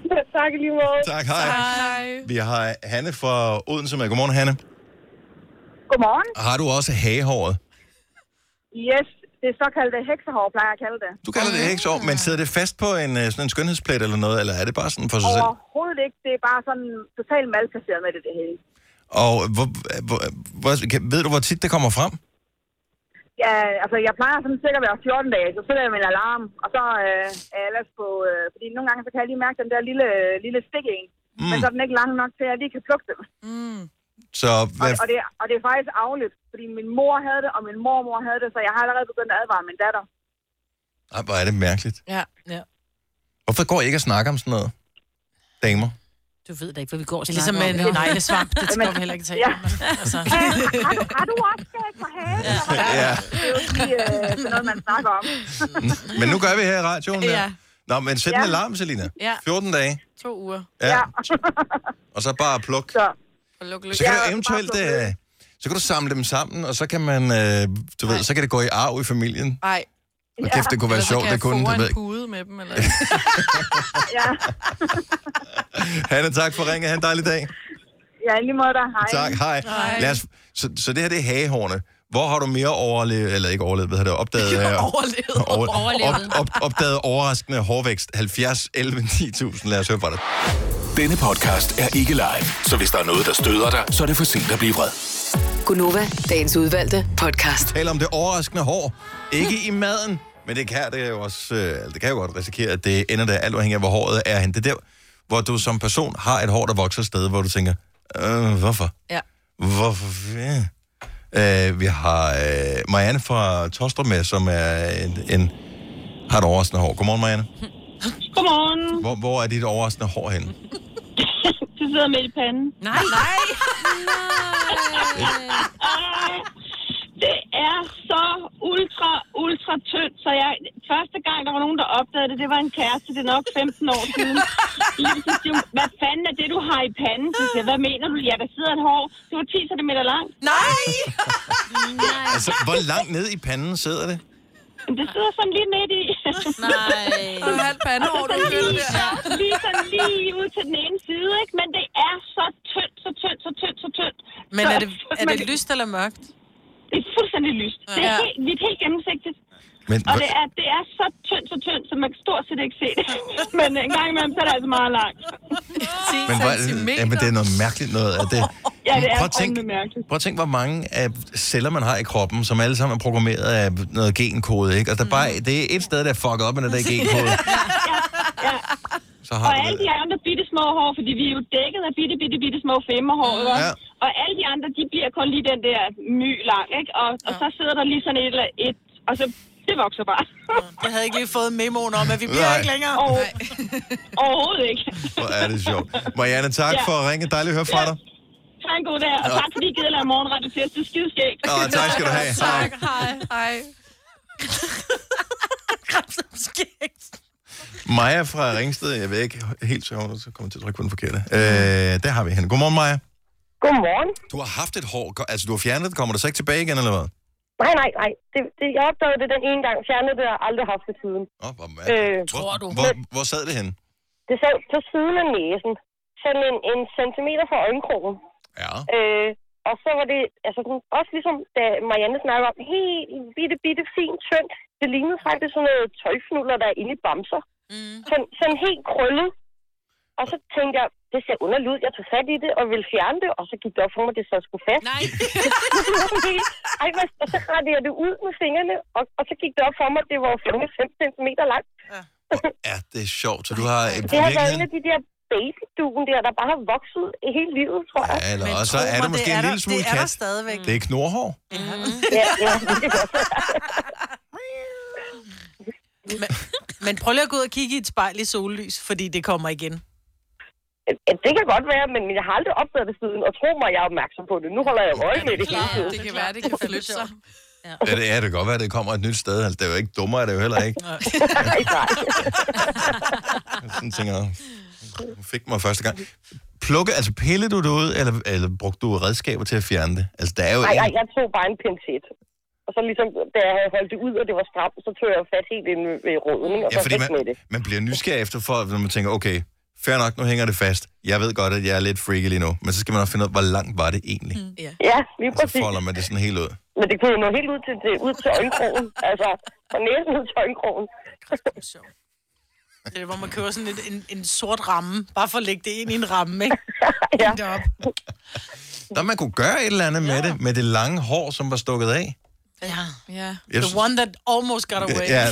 tak i lige måde. Tak, hej. Hej. Vi har Hanne fra Odense med. Godmorgen, Hanne. Godmorgen. Har du også hagehåret? Yes, det er såkaldte heksehår, plejer jeg at kalde det. Du kalder det hekseår, men sidder det fast på en, øh, sådan en skønhedsplet eller noget, eller er det bare sådan for sig selv? Overhovedet ikke. Det er bare sådan totalt malplaceret med det, det hele. Og hvor, hvor, hvor, kan- ved du, hvor tit det kommer frem? Ja, altså jeg plejer sådan cirka hver 14 dage, så sætter jeg min alarm, og så øh, er jeg ellers på... Øh, fordi nogle gange, så kan jeg lige mærke den der lille, lille stik en. Mm. Men så er den ikke lang nok til, at jeg lige kan plukke den. Mm. Så Og, hvad, og, det, er- og det er faktisk afligt, fordi min mor havde det, og min mormor havde det, så jeg har allerede begyndt at advare min datter. Ej, hvor er det mærkeligt. Ja, ja. Hvorfor går I ikke at snakke om sådan noget? Damer. Du ved da ikke, hvad vi går og Det er ligesom med snakker en om. neglesvamp, det skal vi heller ikke tale om. Altså, Har, har du også skæg på hagen? eller hvad? Ja. Det er jo ikke lige øh, sådan noget, man snakker om. Men nu gør vi her i radioen. Der. Ja. Nå, men sæt en Ja. alarm, Selina. Ja. 14 dage. To uger. Ja. Ja. Og så bare pluk. Så, Og luk, luk. Så kan Ja, du eventuelt... bare pluk Øh, så kan du samle dem sammen, og så kan man, øh, du ved, så kan det gå i arv i familien. Ej, Og kæft, det kunne være eller så sjovt, kan jeg det kunne, fore det ved en jeg pude med dem. Eller... ja. ikke. Hanne, tak for ringet. Ha' en dejlig dag. ja, i lige måde der. Hej. Tak, hej. Lad os, så, så det her, det er hagehårene. Hvor har du mere overlevet, eller ikke overlevet, hvad har du opdaget? øh, Overlevet. over, Overlevet. Op, op, opdaget overraskende hårvækst. 70, 11, 9000. Lad os høre fra dig. Denne podcast er ikke live, så hvis der er noget, der støder dig, så er det for sent at blive vred. Gunova, dagens udvalgte podcast. Tale om det overraskende hår. Ikke i maden, men det kan, det er jo også, øh, eller det kan jo godt risikere, at det ender der alt afhængig af, hvor håret er hen. Det er der, hvor du som person har et hår, der vokser et sted, hvor du tænker, øh, hvorfor? Ja. Hvorfor? Ja. Øh, vi har øh, Marianne fra Tostrup med, som er en, en, har et overraskende hår. Godmorgen, Marianne. Godmorgen. Hvor, hvor er dit overraskende hår henne? Du sidder med i panden. Nej, nej. Ah, det er så ultra, ultra tyndt, så jeg, første gang, der var nogen, der opdagede det, det var en kæreste, det er nok 15 år siden. Jeg synes, jo, hvad fanden er det, du har i panden? Så siger, jeg, hvad mener du? Ja, der sidder et hår. Det var 10 cm langt. nej! Altså, hvor langt ned i panden sidder det? Men det sidder sådan lige midt i. Du er halvt pandehår, du føler det. lige sådan lige ud til den ene side, ikke? Men det er så tyndt, så tyndt, så tyndt, så tyndt. Men så, er det, er det lyst eller mørkt? Altså, Det er fuldstændig lyst. Det er Ja. helt, vi er helt gennemsigtigt. Men, Og det er, det er så tyndt, så tyndt, så man kan stort set ikke se det. Men en gang imellem, så er det altså meget langt. 10 Men, hvor, centimeter. ja, men det er noget mærkeligt noget. At det, Ja, det er prøv, at tænk, fandme mærkeligt. prøv at tænk, hvor mange af celler man har i kroppen, som alle sammen er programmeret af noget genkode, ikke? Og der bare, Mm. det er et sted, der er fucket op med den der genkode. Så Og har du alle det. de andre bitte små hår, fordi vi er jo dækket af bitte, bitte, bitte små femmerhår, ikke? Ja. Ja. Og alle de andre, de bliver kun lige den der my lang, ikke? Og, og så sidder der lige sådan et eller et, og så det vokser bare. Jeg havde ikke lige fået memoen om, at vi bliver Nej. ikke længere. Og, overhovedet ikke. Hvor er det sjovt. Marianne, tak Ja. for at ringe. Dejligt at høre fra dig. Så have en god dag, og tak fordi I gider lave morgenradio til os. Det er skideskægt. Nå, tak skal du have. Hej. Hej. Hej. Maja fra Ringsted, jeg ved ikke helt så hun så kommer jeg til at trykke på den forkerte. Øh, der har vi hende. Godmorgen, Maja. Godmorgen. Du har haft et hår, Go- altså du har fjernet det, kommer det så ikke tilbage igen, eller hvad? Nej, nej, nej. Det, det, jeg opdagede det den ene gang, fjernede det og aldrig haft det siden. Åh, hvor Øh, mærkeligt. Hvor, hvor, hvor sad det henne? Det sad på siden af næsen, sådan en, en centimeter fra øjenkrogen. Ja. Øh, og så var det, altså sådan- også ligesom, da Marianne snakkede om, helt bitte, bitte, fint, tyndt. Det lignede faktisk sådan noget tøjfnuller, der er inde i bamser. Mm. Sådan, sådan helt krøllet. Og så tænkte jeg, det ser underligt ud. Jeg tog fat i det og ville fjerne det, og så gik det op for mig, det så skulle fast. Nej. Ej, hvad, og så rettede jeg det ud med fingrene, og, og så gik det op for mig, det var jo 5 cm langt. Hvor er det sjovt, så du har i Det har været Øh, virkeligheden... en af de der babydugen der, der bare har vokset hele livet, tror jeg. Ja, eller Men også så tro er mig, det måske er en der- lille smule Det er der kat. stadigvæk. Det er knorhår. Ja, ja. Men, men prøv lige at gå ud og kigge i et spejl i sollys, fordi det kommer igen. Ja, det kan godt være, men jeg har aldrig opdaget det siden, og tro mig, jeg er opmærksom på det. Nu holder jeg øje med det hele Klar, tiden. det kan være, det kan flytte sig. Ja, det er det kan godt være, at det kommer et nyt sted. Altså, det er jo ikke dummere, er det er jo heller ikke. Nej, nej. Sådan tænker jeg. Nu fik mig første gang. Plukke, altså pillede du det ud, eller, eller brugte du redskaber til at fjerne det? Altså, der er jo Nej, nej, en... jeg tog bare en pincet. Og så ligesom, da jeg havde holdt det ud, og det var stramt, så tog jeg fat helt ind ved roden, ikke? og Ja, så fordi væk med man, det. man bliver nysgerrig efter, for, når man tænker, okay, fair nok, nu hænger det fast. Jeg ved godt, at jeg er lidt freaky lige nu, men så skal man også finde ud af, hvor langt var det egentlig? Mm. Ja, lige Så præcis. folder man det sådan helt ud. Men det kunne jo nå helt ud til, til, ud til øjenkrogen. altså, fra næsen ud til øjenkrogen. Det er, hvor man køber sådan et, en, en sort ramme, bare for at lægge det ind i en ramme, ikke? Ja. Det op. Der man kunne gøre et eller andet med det, med det lange hår, som var stukket af. Ja. Ja. Jeg The one that almost got away. Ja.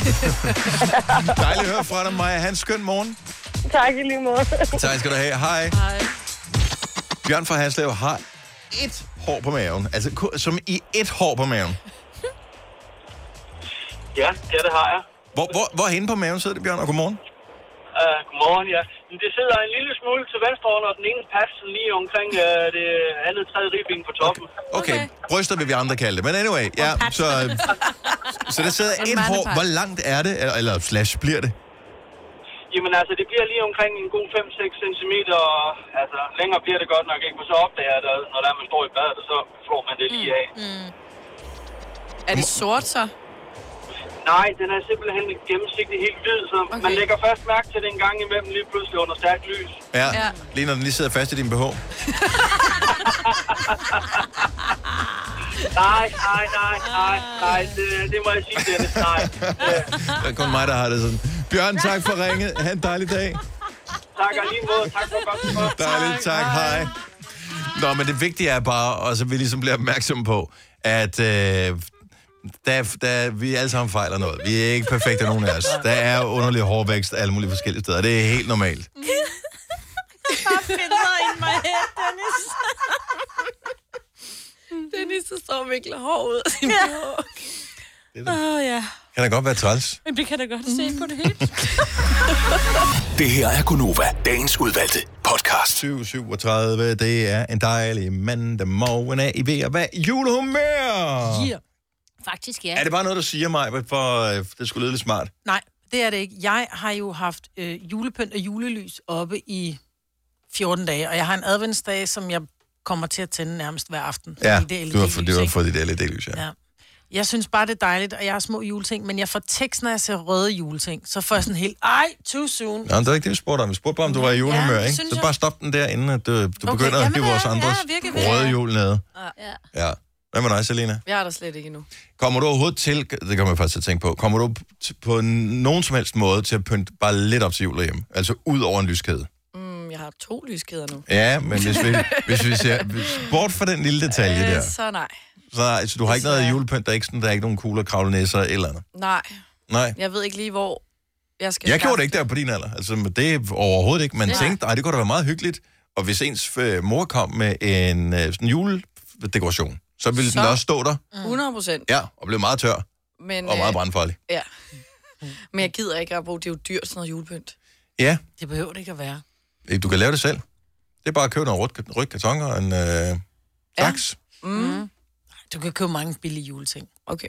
Dejligt at høre fra dig, Maja. Ha' en skøn morgen. Tak i lige måde. Tak skal du have. Hej. Hej. Bjørn fra Haslev har et hår på maven. Altså ku- som i et hår på maven. Ja, ja det har jeg. Hvor, hvor, hvor henne på maven sidder det, Bjørn? Og godmorgen. Uh, godmorgen, ja. Men det sidder en lille smule til venstre under den ene pas, sådan lige omkring uh, det andet tredje ribben på toppen. Okay, okay. bryster vil vi andre kalde det. Men anyway, ja, så, øh, så der sidder et hår. Hvor langt er det? Eller, eller slash bliver det? Jamen altså, det bliver lige omkring en god 5-6 cm, og altså, længere bliver det godt nok ikke, for så opdager jeg det, når der er, man står i badet, og så flår man det Mm. lige af. Mm. Er det sort så? Nej, den er simpelthen gennemsigtig helt hvid, så okay. man lægger først mærke til den gang imellem lige pludselig under stærkt lys. Ja, ja. Ja. lige når den lige sidder fast i din BH. Nej, nej, nej, nej, nej, det, det må jeg sige, Dennis, nej. Ja, Det er kun mig, der har det sådan. Bjørn, tak for ringet. Ha' en dejlig dag. tak og lige måde, tak for godt spørgsmål. Dejligt, tak, hej. Nå, men det vigtige er bare, og så vi ligesom bliver opmærksomme på, at øh, der, der, vi alle sammen fejler noget. Vi er ikke perfekte, nogen af os. Der er underlig hårvækst alle mulige forskellige steder. Det er helt normalt. Billeder i mig head, Dennis. Dennis, der står og vikler hår ud af sin hår. Åh, oh, ja. Kan da godt være træls. Men vi kan da godt se på det hele. Det her er Gunova, dagens udvalgte podcast. 7.37, det er en dejlig mandag morgen af I ved at være i julehumør. Yeah. Faktisk ja. Er det bare noget, du siger mig, for øh, det skulle lyde lidt smart? Nej, det er det ikke. Jeg har jo haft øh, julepynt og julelys oppe i 14 dage, og jeg har en adventsdag, som jeg kommer til at tænde nærmest hver aften. Ja, fordi det er du har, LED-lys, fået- du har ikke? fået dit LED-lys, ja. Ja. Jeg synes bare, det er dejligt, og jeg har små juleting, men jeg får tekst, når jeg ser røde juleting. Så får jeg sådan helt, ej, too soon. Nå, men det var ikke det, vi spurgte om. Vi spurgte bare, om du var i julehumør, det ikke? synes Så jeg. bare stop den der, inden at øh, du, du okay, begynder at jamen, hive vores ja, andres ja, virkelig, virkelig. røde jul nede. Ja. Ja. Hvad med dig, Selina? Jeg er der slet ikke endnu. Kommer du overhovedet til, det kommer jeg faktisk til at tænke på, kommer du t- på nogen som helst måde til at pynte bare lidt op til jul derhjemme? Altså ud over en lyskæde? Mm, jeg har to lyskæder nu. Ja, men hvis vi, hvis vi ser hvis- bort fra den lille detalje Øh, der, så nej. så altså, du har ikke noget desværre. julepynt, der er ikke, sådan, der er ikke nogen kugler, kravlenæsser eller andet. Nej, Nej. jeg ved ikke lige, hvor jeg skal Jeg gjorde skaffe det ikke der på din alder. Altså, men det er overhovedet ikke. Man Nej. tænkte, nej, det kunne da være meget hyggeligt. Og hvis ens øh, mor kom med en øh, sådan juledekoration, så ville så. den Så- også stå der. 100 Mm. procent. Ja, og blev meget tør Men, og meget øh, brandfarlig. ja. men jeg gider ikke at bruge, det er jo dyrt sådan noget julepynt. Ja, Det behøver det ikke at være. øh, du kan lave det selv. Det er bare at købe noget rødt, rødt karton og en, øh, Saks. Mm. Du kan købe mange billige juleting. Okay.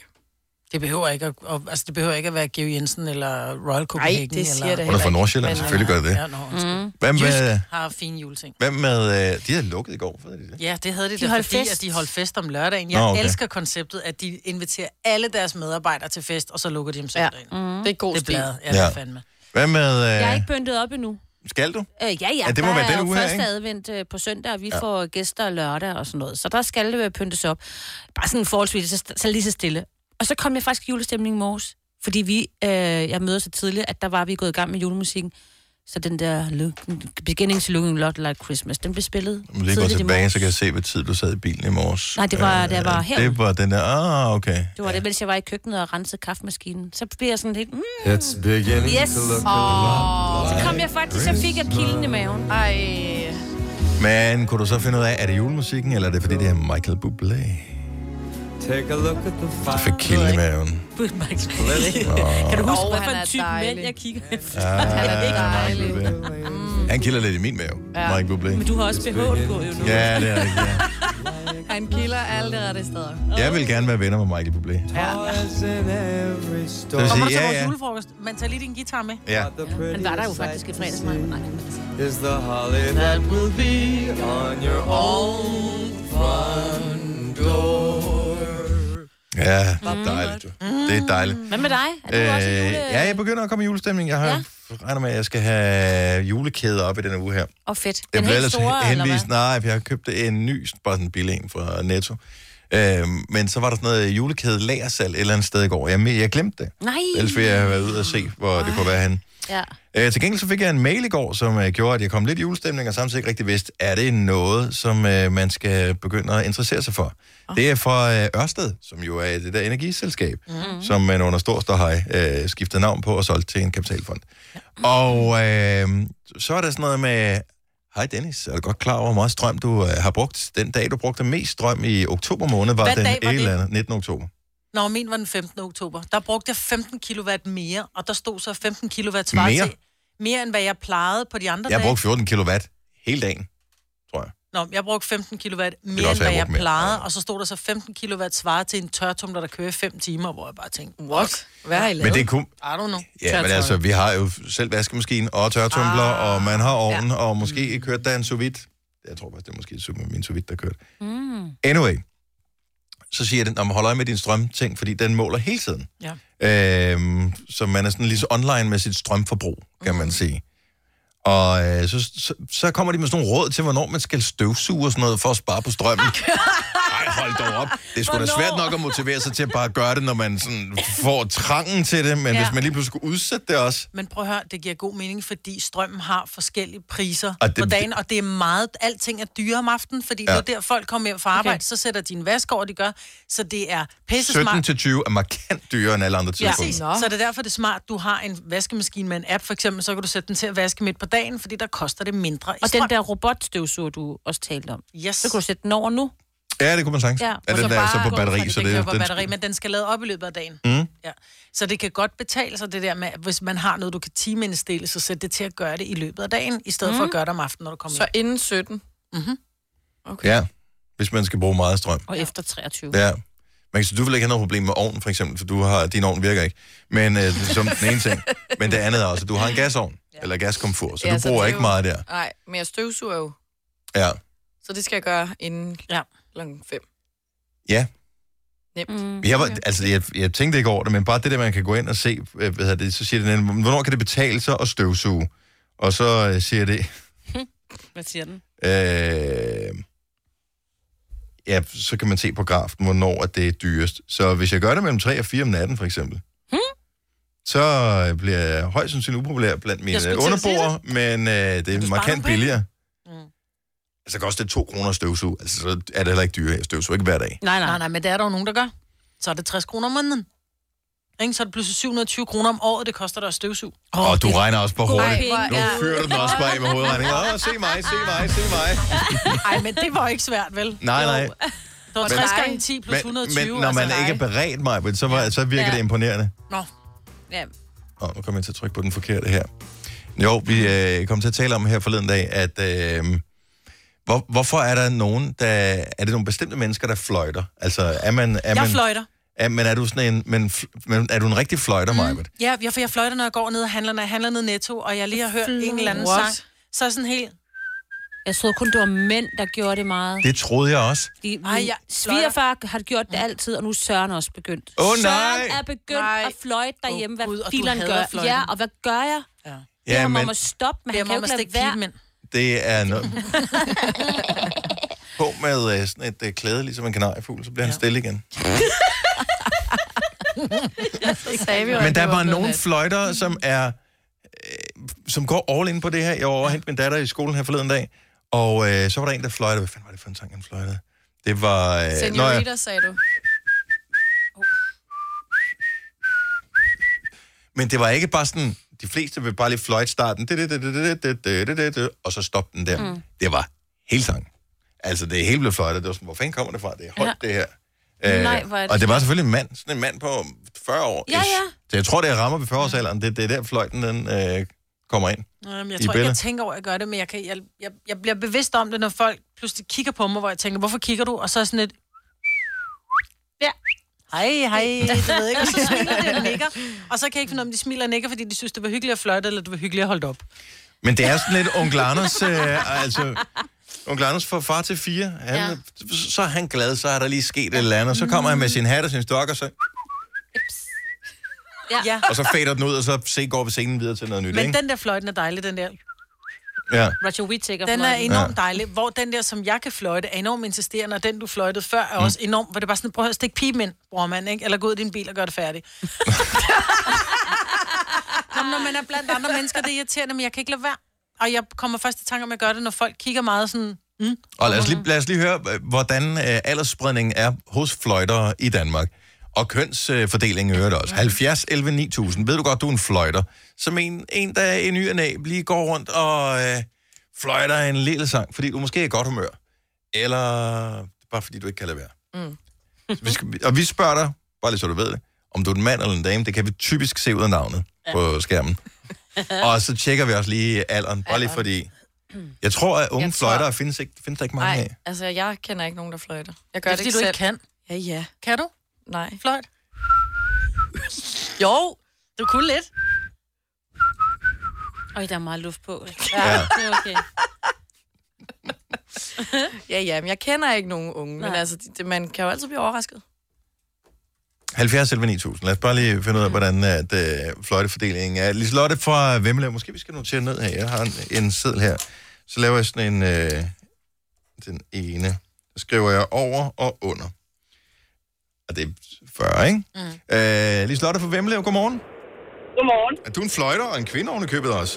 Det behøver ikke at, og- altså, det behøver ikke at være Geo Jensen eller Royal Copenhagen. det siger eller... det Hun er fra ikke. Nordsjælland, Men- selvfølgelig gør det det. Ja, nå, mm. Hvad med, Jysk har fine juleting. hvad med øh, de er lukket i går, ved de det? Ja, det havde de, De de da, holdt fordi fest. fest. at de holdt fest om lørdagen. Jeg Nå, okay. elsker konceptet, at de inviterer alle deres medarbejdere til fest, og så lukker de om Ja. søndagen. Ja. Mhm. Mm. Det er god Det er stil. bladet. Ja, Ja. det er fandme. Hvad med, Jeg er øh, ikke bøntet op endnu. skal du? Øh, ja, ja, Ja, det må der være er denne jo uge her, første ikke? advent øh, på søndag, og vi ja. får gæster lørdag og sådan noget. Så der skal det være pyntes op. Bare sådan forholdsvis, så, så lige så stille. Og så kom jeg faktisk i julestemning i morges, fordi vi, øh, jeg møder så tidligt, at der var vi gået i gang med julemusikken. Så den der look, beginnings looking lot like Christmas, den blev spillet Om det går tidligt i tilbage, morges. så kan jeg se, hvad tid du sad i bilen i morges. Nej, det var- Øh, det var herude. Det var den der, ah, okay. Det var det, mens jeg var i køkkenet og rensede kaffemaskinen. Så blev jeg sådan helt, mm, It's beginning yes. to look Så kom jeg faktisk, så fik jeg kilden i maven. Ej, Men kunne du så finde ud af, er det julemusikken, eller er det fordi, det er Michael Bublé? Take a look at the fire. Jeg fik kilden i maven. Kan du huske, Åh, hvad han for en er type dejlig. mænd jeg kigger efter? han er Michael dejlig. Bublé. Han kilder lidt i min mave, Ja. Michael Bublé. Men du har også BH på jo nu. Ja, det er rigtigt. Ja. Han kilder alle de rette steder. Jeg vil gerne være venner med Michael Bublé. Toys in every store. Det Kommer vil du til sige, ja, vores ja. julefrokost? Men tag lige din guitar med. Ja. The prettiest Han var der jo faktisk i fredags, Maja. Nej, sight Is the holly that will be on your own front door. Ja, dejligt. du. Det er dejligt. Hvad med dig? Mm. Er du øh, også i Øh, jule... ja, jeg begynder at komme i julestemning. Jeg har Ja. regner med, at jeg skal have julekæder op i denne uge her. Og fedt. Jeg Den blev helt ellers store, eller henvist, hvad? nej, for jeg købte en ny, bare sådan en billig en fra Netto. Øhm, men så var der sådan noget julekæde lagersal et eller andet sted i går. Jeg, jeg glemte det. Nej. Ellers ville jeg have været ude og se, hvor Ej. det kunne være henne. Ja. Øh, til gengæld så fik jeg en mail i går, som øh, gjorde, at jeg kom lidt i julestemning, og samtidig ikke rigtig vidste, er det noget, som øh, man skal begynde at interessere sig for? Ah. Oh. Det er fra øh, Ørsted, som jo er det der energiselskab, Mhm. mm. som man under stor ståhej øh, skiftede navn på og solgte til en kapitalfond. Ja. Og øh, så er der sådan noget med, hej Dennis, er du godt klar over, hvor meget strøm du øh, har brugt? Den dag, du brugte mest strøm i oktober måned, var Hvad den dag var et det? eller andet, 19. oktober. Nå, min var den 15. oktober. Der brugte jeg 15 kW mere, og der stod så 15 kW svar Mere? til mere, end hvad jeg plejede på de andre Jeg dage. brugte 14 kilowatt hele dagen, tror jeg. Nå, jeg brugte 15 kW mere, være, end jeg hvad jeg brugte mere. plejede, og så stod der så 15 kW svarer til en tørtumler, der kører i 5 timer, hvor jeg bare tænkte, What? Hvad har I lavet? Men det er kun, I don't know. Ja, men altså, vi har jo selv vaskemaskinen og tørretumbler, ah, og man har ovnen, ja. og måske kørte der en sous vide. Jeg tror faktisk, det er måske sous- min sous vide, der kørte. Mm. Anyway, så siger den, om holder øje med din strømting, fordi den måler hele tiden. Ja. Øhm, så man er sådan lige så online med sit strømforbrug, kan mm. man sige. Og øh, så, så, så kommer de med sådan nogle råd til, hvornår man skal støvsuge og sådan noget, for at spare på strømmen. Nej, hold dog op. Det skulle da svært nok at motivere sig til at bare gøre det, når man sådan får trangen til det, men ja. Ja. hvis man lige pludselig skulle udsætte det også. Men prøv at høre, det giver god mening, fordi strømmen har forskellige priser Og og det- det, på dagen, og det er meget, alting er dyre om aftenen, fordi ja. det er der, folk kommer hjem fra arbejde, okay. så sætter de en vask over, de gør, så det er pisse 17 smart. til 20 er markant dyrere end alle andre Ja, tidspunkter. præcis. Ja. Nå. så det er derfor, det er smart, du har en vaskemaskine med en app, for eksempel, så kan du sætte den til at vaske midt på dagen, fordi der koster det mindre i Og strøm. den der robotstøvsuger, du også talte om. yes. Så kunne du sætte den over nu. ja, det kunne man sagtens. Ja, Ja, ja og den så der er så bare på gå batteri, fra det, så den det, kører på den, batteri, men den skal lade op i løbet af dagen. Mm. Ja. Så det kan godt betale sig det der med, at hvis man har noget, du kan timeindstille, så sæt det til at gøre det i løbet af dagen, i stedet mm. for at gøre det om aftenen, når du kommer Så hjem. inden 17. ja, hvis man skal bruge meget strøm. Og efter 23. Ja. Men så du vil ikke have noget problem med ovnen, for eksempel, for du har, din ovn virker ikke. Men øh, som den ene ting. Men det andet er også, at du har en gasovn, eller gaskomfur, så Ja, du så bruger det er ikke jo- meget der. Nej, men jeg støvsuger jo, Ja. så det skal jeg gøre inden Ja. klokken 5. Ja, Nemt. Mm. Jeg, var, altså, jeg, jeg tænkte ikke over det, men bare det der, man kan gå ind og se, øh, hvad hedder det, så siger den, hvornår kan det betale sig at støvsuge? Og så øh, siger det, Hvad siger den? øh, ja, så kan man se på grafen, hvornår at det er dyrest. Så hvis jeg gør det mellem 3 og 4 om natten, for eksempel, hmm? så bliver jeg højst sandsynligt upopulær blandt mine Jeg skulle øh, til at sige underboere, men øh, det er sparer markant nogle penge. Mm. billigere. Altså, det koster 2 kroner at støvsuge. Altså, så er det heller ikke dyrere at støvsuge. Ikke hver dag. Nej, nej. Nej, nej, men det er der jo nogen, der gør. Så er det 60 kroner om måneden. Ikke? Så er det pludselig 720 kroner om året, det koster dig at støvsuge. Oh, og du regner også på hurtigt. Ej, hvor Nu er- fyrer du den også bare af med hovedregningen. Åh, se mig, se mig, se mig. Nej, men det var ikke svært, vel? Nej, Jo. nej. Det var Men- 60 gange 10 plus 120. men når man altså, ikke er nej. beredt, mig, så, var, så virker ja. Ja. det imponerende. Nå, Ja. Åh, nu kommer jeg til at trykke på den forkerte her. Jo, vi øh, kom til at tale om her forleden dag, at øh, Hvor, hvorfor er der nogen, der... Er det nogle bestemte mennesker, der fløjter? Altså, er man... Er Jeg man, fløjter. Er, men er du sådan en... Men, fl- men er du en rigtig fløjter, mm. Majbet? Ja, jeg, for jeg fløjter, når jeg går ned og handler, når jeg handler ned i netto, og jeg lige har hørt en eller anden What? sang. Så er jeg sådan helt... Jeg troede kun, det var mænd, der gjorde det meget. Det troede jeg også. De, min Ej, Ej, jeg- jeg svigerfar har gjort det altid, og nu er Søren også begyndt. Åh, nej! Søren er begyndt Nej. nej. at fløjte derhjemme, hvad Gud, og du fileren hader gør. fløjten. Ja, og hvad gør jeg? Ja. Det er Ja, ham men- om at stoppe, men Det er han ham kan jo om at ikke stikke lade kniven være. ind. Det er noget... på med øh, sådan et øh, klæde, ligesom en kanariefugl, så bliver han stille igen. Sagde vi jo, Men at der er det bare blevet Mm. nogle nat. fløjter, som er øh, som går all in på det her. Jeg var over og hente min datter i skolen her forleden dag, og øh, så var der en, der fløjtede. Hvad fanden var det for en sang, han fløjtede? Det var... Øh, når jeg, Senorita, sagde du. men det var ikke bare sådan... De fleste vil bare lige fløjte starten. Det, det, det, det, det, det, det, det, det, det, og så stoppe den der. Mm. Det var hele sangen. Altså, det hele blev fløjtet. Det var sådan, hvor fanden kommer det fra? Det er højt, det her. Øh, Nej, hvor er det og det var selvfølgelig en mand. Sådan en mand på 40 år. Ja, ja. Så jeg tror, det rammer ved 40-årsalderen. Det, det er der, fløjten den, øh, kommer ind. Nå, jamen, jeg tror I ikke, billeder. jeg tænker over, at jeg gør det, men jeg, kan, jeg, jeg, jeg bliver bevidst om det, når folk pludselig kigger på mig, hvor jeg tænker, hvorfor kigger du? Og så er sådan et... Ja. Hej, hej, det ved jeg ikke. Og så smiler de og nikker. Og så kan jeg ikke finde ud af, om de smiler og nikker, fordi de synes, det var hyggeligt at flirte, eller det var hyggeligt at holde op. Men det er sådan lidt onkel Anders, øh, altså... Onkel Anders fra far til fire. Han, ja. Så er han glad, så er der lige sket et eller andet. Så kommer han med sin hat og sin stok, og så, Ja. og så fader den ud, og så se, går vi scenen videre til noget nyt, Men ikke? den der fløjten er dejlig, den der. Ja. Roger Whittaker Den er fløjten. enormt dejlig, hvor den der, som jeg kan fløjte, er enormt insisterende, og den, du fløjtede før, Mm. er også enormt, hvor det er bare sådan, prøv at stikke pipen ind, bror mand, ikke? Eller gå ud i din bil og gør det færdigt. Nå, men når man er blandt andre mennesker, det er irriterende, men jeg kan ikke lade være. Og jeg kommer først i tanke om, at jeg gør det, når folk kigger meget sådan, mm, Og lad os lige, lad os lige høre, øh, hvordan øh, aldersspredningen er hos fløjtere i Danmark. Og kønsfordelingen øger det også. 70, 11, 9000. Ved du godt, du er en fløjter. Som en, en der i ny og næ, lige går rundt og øh, fløjter en lille sang, fordi du måske er i godt humør. Eller bare fordi du ikke kan lade være. Mm. Vi skal, og vi spørger dig, bare lige så du ved det, om du er en mand eller en dame. Det kan vi typisk se ud af navnet ja. på skærmen. og så tjekker vi også lige alderen, bare lige fordi... Jeg tror, at unge Jeg jeg tror- fløjtere findes, ikke, findes der ikke mange af. Nej, altså jeg kender ikke nogen, der fløjter. Jeg gør det er det, fordi, ikke du selv. ikke kan. Ja, ja. Kan du? Nej. Fløjt? Jo, Du kunne lidt. Øj, der er meget luft på. ikke? Ja. Det er okay. ja, ja, men jeg kender ikke nogen unge. Nej. Men altså, det, man kan jo altid blive overrasket. 70 eller 9000. Lad os bare lige finde ud af, hvordan at, øh, fløjtefordelingen er. Liselotte fra Vemmelev, måske vi skal notere ned her. Jeg har en, en seddel her. Så laver jeg sådan en... Øh, den ene. Så skriver jeg over og under. Og det er 40, ikke? Mm. Øh, Liselotte fra Vemmelev, godmorgen. Godmorgen. Er du en fløjter og en kvinde oven i købet også?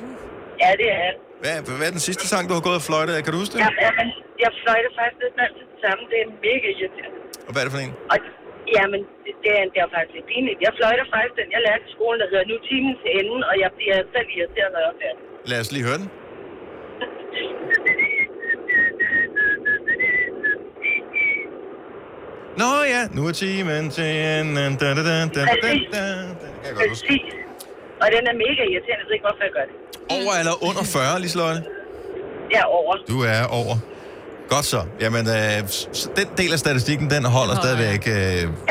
Ja, det er han. Hvad, hvad er den sidste sang, du har gået og fløjtet af? Kan du huske det? Ja, men jeg fløjter faktisk næsten altid det samme. Det er mega irriterende. Og hvad er det for en? Og jamen, det, det, er, det er faktisk lidt pinligt. Jeg fløjter faktisk den, jeg lærte i skolen, der hedder Nu er timen til enden, og jeg bliver selv irriteret, når jeg er færdig. Lad os lige høre den. Nå ja, nu er timen til en... Da, da, da, da, da, da, da. Den kan jeg godt huske. Præcis. Altså, Og den er mega irriterende, jeg ved ikke, hvorfor jeg gør det. Over eller under 40, Liselotte? Derover. Du er over. Godt så. Jamen, øh, s- s- den del af statistikken, den holder stadigvæk. Øh.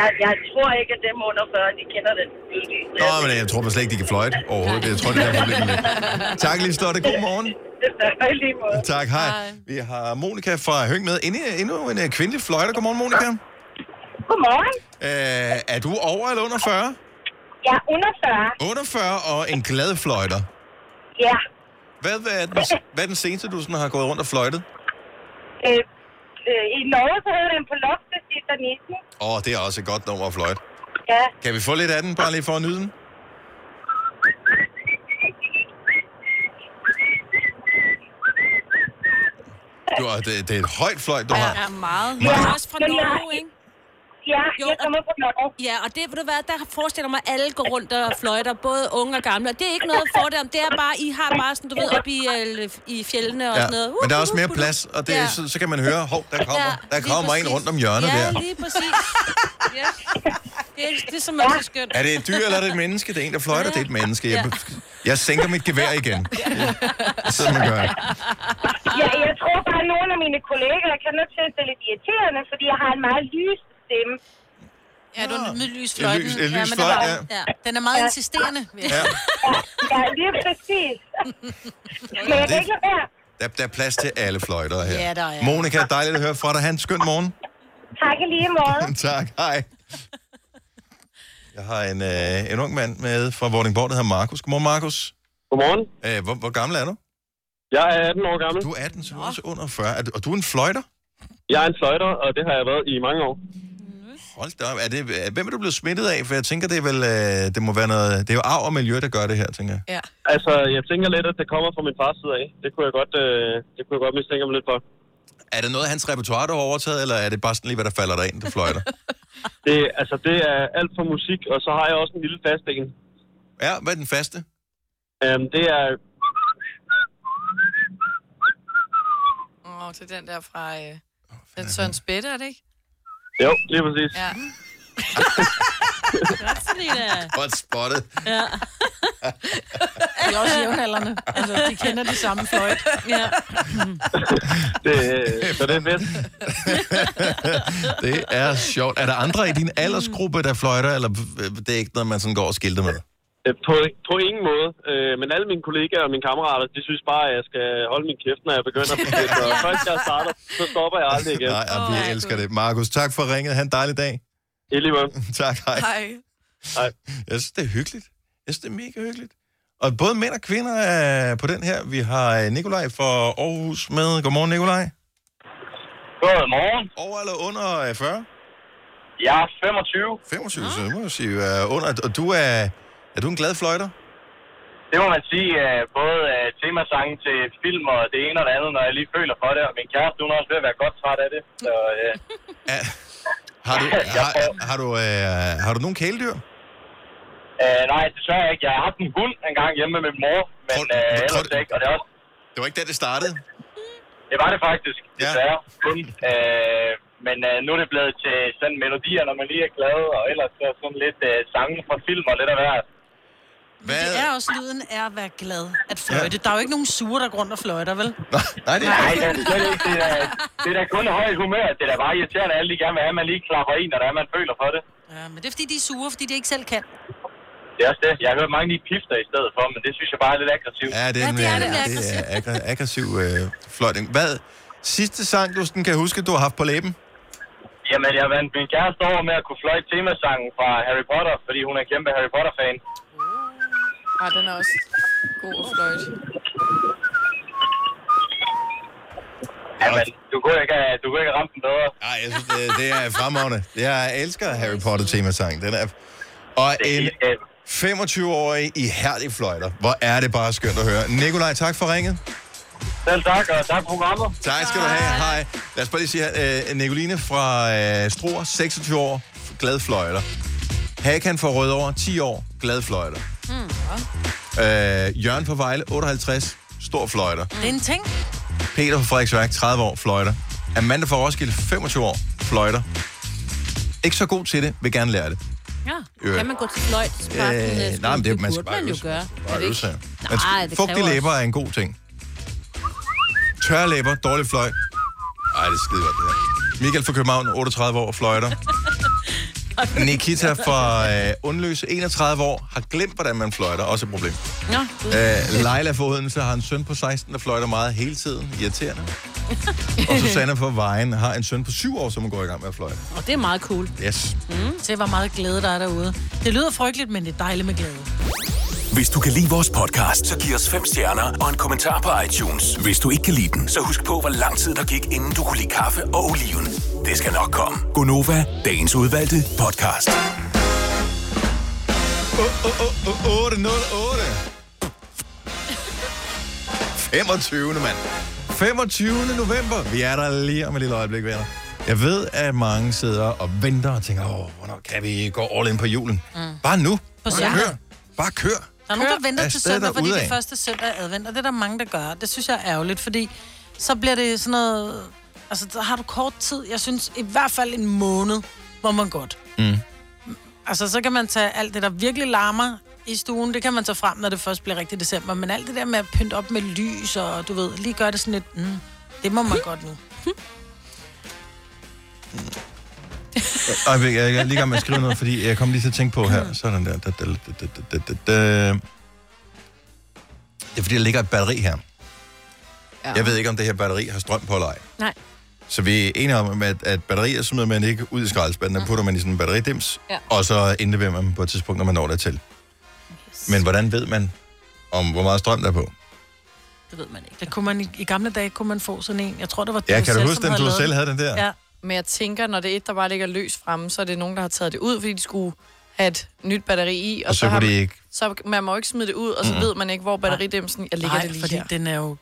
Jeg, jeg tror ikke, at dem under 40, de kender den. gyldige. Nå, men jeg tror man slet ikke, de kan fløjte overhovedet. Jeg tror, det er der problemet med. Tak, Liselotte. God morgen. Og i lige måde. Tak, hej. Vi har Monika fra Høng med. Endnu, endnu en øh, kvindelig fløjter. Godmorgen, Monika. Godmorgen. Øh, er du over eller under 40? Jeg er under 40. Under 40 og en glad fløjter. Ja. Hvad, hvad, er, den, hvad er den seneste, du sådan har gået rundt og fløjtet? Øh, øh, I Norge, så hedder den på loftet i Danisen. Åh, oh, det er også et godt nummer at fløjte. Ja. Kan vi få lidt af den, bare lige for at nyde den? Du, har- det, det er et højt fløjt, du har. Ja, meget. Du Ja. er Mm. også fra Men jeg- Norge, ikke? Ja, Jo, jeg og- kommer fra Norge. Ja, og det, ved du hvad, der forestiller mig, at alle går rundt og fløjter, både unge og gamle. Og det er ikke noget fordom, det er bare, I har bare sådan, du ved, op i, øh, i fjellene og Ja, sådan noget. Uhuh, men der er også mere plads, og det, Ja. så, så kan man høre, hov, der kommer, der lige kommer en præcis. rundt om hjørnet uhuh. ja, der. Ja, lige præcis. Ja. Det, er, det er som også skønt. Er det et dyr, eller er det et menneske? Det er en, der fløjter, det er et menneske. Jeg, jeg sænker mit gevær igen. Det er sådan, man gør. Ja, jeg tror bare, at nogle af mine kollegaer kan nok synes, det er lidt irriterende, fordi jeg har en meget lys stemme. Ja, du er med lys fløjten. lys- en lys men den, fløjt, er, ja. ja. den er meget Ja. insisterende. vil jeg Ja. Ja, lige præcis. Men jeg kan ikke lade være. Der, der er plads til alle fløjter her. Ja, der er. Monika, dejligt at høre fra dig. Ha' en skøn morgen. Tak i lige måde. tak, hej. Jeg har en, øh, en ung mand med fra Vordingborg, der hedder Markus. Godmorgen, Markus. Godmorgen. Æh, hvor, hvor gammel er du? Jeg er 18 år gammel. Du er 18, så du er også under 40. Er du, og du er en fløjter? Jeg er en fløjter, og det har jeg været i mange år. Hold da op. Er det, er- hvem er du blevet smittet af? For jeg tænker, det, er vel, øh, det må være noget... Det er jo arv og miljø, der gør det her, tænker jeg. Ja. Altså, jeg tænker lidt, at det kommer fra min fars side af. Det kunne jeg godt, øh, det kunne jeg godt mistænke mig lidt for. Er det noget af hans repertoire, du har overtaget, eller er det bare sådan lige, hvad der falder dig ind, der fløjter? Det, altså, det er alt for musik, og så har jeg også en lille fast en. Ja, hvad er den faste? Øhm, det er... Åh, oh, det er den der fra... Øh, den Søren Spætte, er det ikke? Jo, lige præcis. Ja. Godt, Selina. Godt spottet. Ja. De er også jævnaldrende. Altså, de kender de samme fløjt. Ja. Det, øh, så det er fedt. det er sjovt. Er der andre i din aldersgruppe, der fløjter, eller øh, det er ikke noget, man sådan går og skilter med? Øh, På, på ingen måde. Øh, men alle mine kollegaer og mine kammerater, de synes bare, at jeg skal holde min kæft, når jeg begynder. Fordi, når først jeg starter, så stopper jeg aldrig igen. Nej, og vi elsker det. Markus, tak for ringet. Han en dejlig dag. I lige Tak, hej. Hej. Hej. Jeg synes, det er hyggeligt. Jeg synes, det er mega hyggeligt. Og både mænd og kvinder er på den her. Vi har øh, Nikolaj fra Aarhus med. Godmorgen, Nikolaj. Godmorgen. Over eller under øh, 40? Jeg er 25. 25, så må jeg sige. øh, under, og du er, er du en glad fløjter? Det må man sige, uh, både uh, temasangen til film og det ene og det andet, når jeg lige føler for det. Og min kæreste, hun er også ved at være godt træt af det. Så, uh, Har du, har, har, du, øh, har du nogen kæledyr? uh, nej, desværre ikke. Jeg har haft en hund engang hjemme med min mor, men uh, ellers ikke. Og det, er også, det var ikke der, det startede? Det var det faktisk, desværre. Ja. Kun, uh, men uh, nu er det blevet til sådan melodier, når man lige er glad, og ellers så sådan lidt uh, sange fra film og lidt af hvert. Hvad? Det er også lyden af at være glad at fløjte. Der er jo ikke nogen sure, der går rundt og fløjter, vel? Nej, det er Nej, det er slet ikke. Det er, det er da kun høj humør. Det er da bare irriterende, at alle de gerne vil have, at man lige klapper i, når det er, man føler for det. Ja, men det er, fordi de er sure, fordi de ikke selv kan. Det er også det. Jeg har hørt mange lige pifter i stedet for, men det synes jeg bare er lidt aggressivt. Ja, det er, ja, det er, det er, det er aggra- aggressiv øh, fløjtning. Hvad? Sidste sang, du sådan kan huske, du har haft på læben? Jamen, jeg vandt min kæreste over med at kunne fløjte temasangen fra Harry Potter, fordi hun er kæmpe Harry Potter-fan. Ah, den er også god og fløjt. Jamen, du kunne ikke, have- du kunne ikke have ramt den bedre. Nej, jeg synes, det, det er fremragende. Jeg elsker Harry Potter temasang. Den er... Og en 25-årig i herlig fløjter. Hvor er det bare skønt at høre. Nikolaj, tak for ringet. Selv tak, og tak for programmet. Tak skal du have. Hej. Lad os bare lige sige her. Øh, Nicoline fra øh, Struer, 26 år, f- glad fløjter. Hakan fra Rødovre, 10 år, glad fløjter. Mm. Øh, Jørgen fra Vejle, 58, stor fløjter. Det er en ting. Peter fra Frederiksværk, 30 år, fløjter. Amanda fra Roskilde, 25 år, fløjter. Ikke så god til det, vil gerne lære det. Ja. Øh. Kan man gå til fløjt? Øh, nej, men det, man skal burde man bare jo øve sig. gøre. Bare Er det øve ikke? sig. Nej, Men det Fugtige kræver læber er en god ting. Tørre læber, dårlig fløj. Ej, det skider det her. Michael fra København, 38 år, fløjter. Nikita fra øh, Undløse, 31 år, har glemt, hvordan man fløjter. Også et problem. Nå, Øh, Leila fra Odense har en søn på 16, der fløjter meget hele tiden. Irriterende. Og Susanne fra Vejen har en søn på 7 år, som går i gang med at fløjte. Og det er meget cool. Yes. Mm. Se, hvor meget glæde der er derude. Det lyder frygteligt, men det er dejligt med glæde. Hvis du kan lide vores podcast, så giv os fem stjerner og en kommentar på iTunes. Hvis du ikke kan lide den, så husk på, hvor lang tid der gik, inden du kunne lide kaffe og oliven. Det skal nok komme. Gonova, Dagens udvalgte podcast. 808. 25. mand. 25. november. Vi er der lige om et lille øjeblik, venner. Jeg ved, at mange sidder og venter og tænker, åh, hvornår kan vi gå all in på julen? Mm. Bare nu. På Bare søndag. kør. Bare kør. Der er nogen, der venter til afsted søndag, fordi det derudad. første søndag er advent, og det er der mange, der gør. Det synes jeg er ærgerligt, fordi så bliver det sådan noget... Altså, der har du kort tid. Jeg synes i hvert fald en måned, hvor man godt. Mm. Altså, så kan man tage alt det, der virkelig larmer i stuen, det kan man tage frem, når det først bliver rigtig december. Men alt det der med at pynte op med lys, og du ved, lige gøre det sådan lidt, mm, det må man godt nu. Ej, jeg, jeg er lige i gang med at skrive noget, fordi jeg kom lige til at tænke på her. Sådan der. Da, da, da, da, da, da, da. Det er fordi, der ligger et batteri her. Ja. Jeg ved ikke, om det her batteri har strøm på eller ej. Nej. Så vi er enige om, at, at batterier smider man ikke ud i skraldespanden, der putter man i sådan en batteridims, Ja. og så indleverer man dem på et tidspunkt, når man når dertil. Men hvordan ved man, om hvor meget strøm der er på? Det ved man ikke. Det kunne man, i, i gamle dage kunne man få sådan en. Jeg tror, det var Ja, kan du selv, huske som den, du lavet selv havde den der? Ja. Men jeg tænker, når det er et, der bare ligger løs fremme, så er det nogen, der har taget det ud, fordi de skulle have et nyt batteri i. Og så har kunne de man- ikke- Så man må jo ikke smide det ud, og så Mm-mm. ved man ikke, hvor batteridæmsen... Jeg ligger Nej, det lige fordi her. den er jo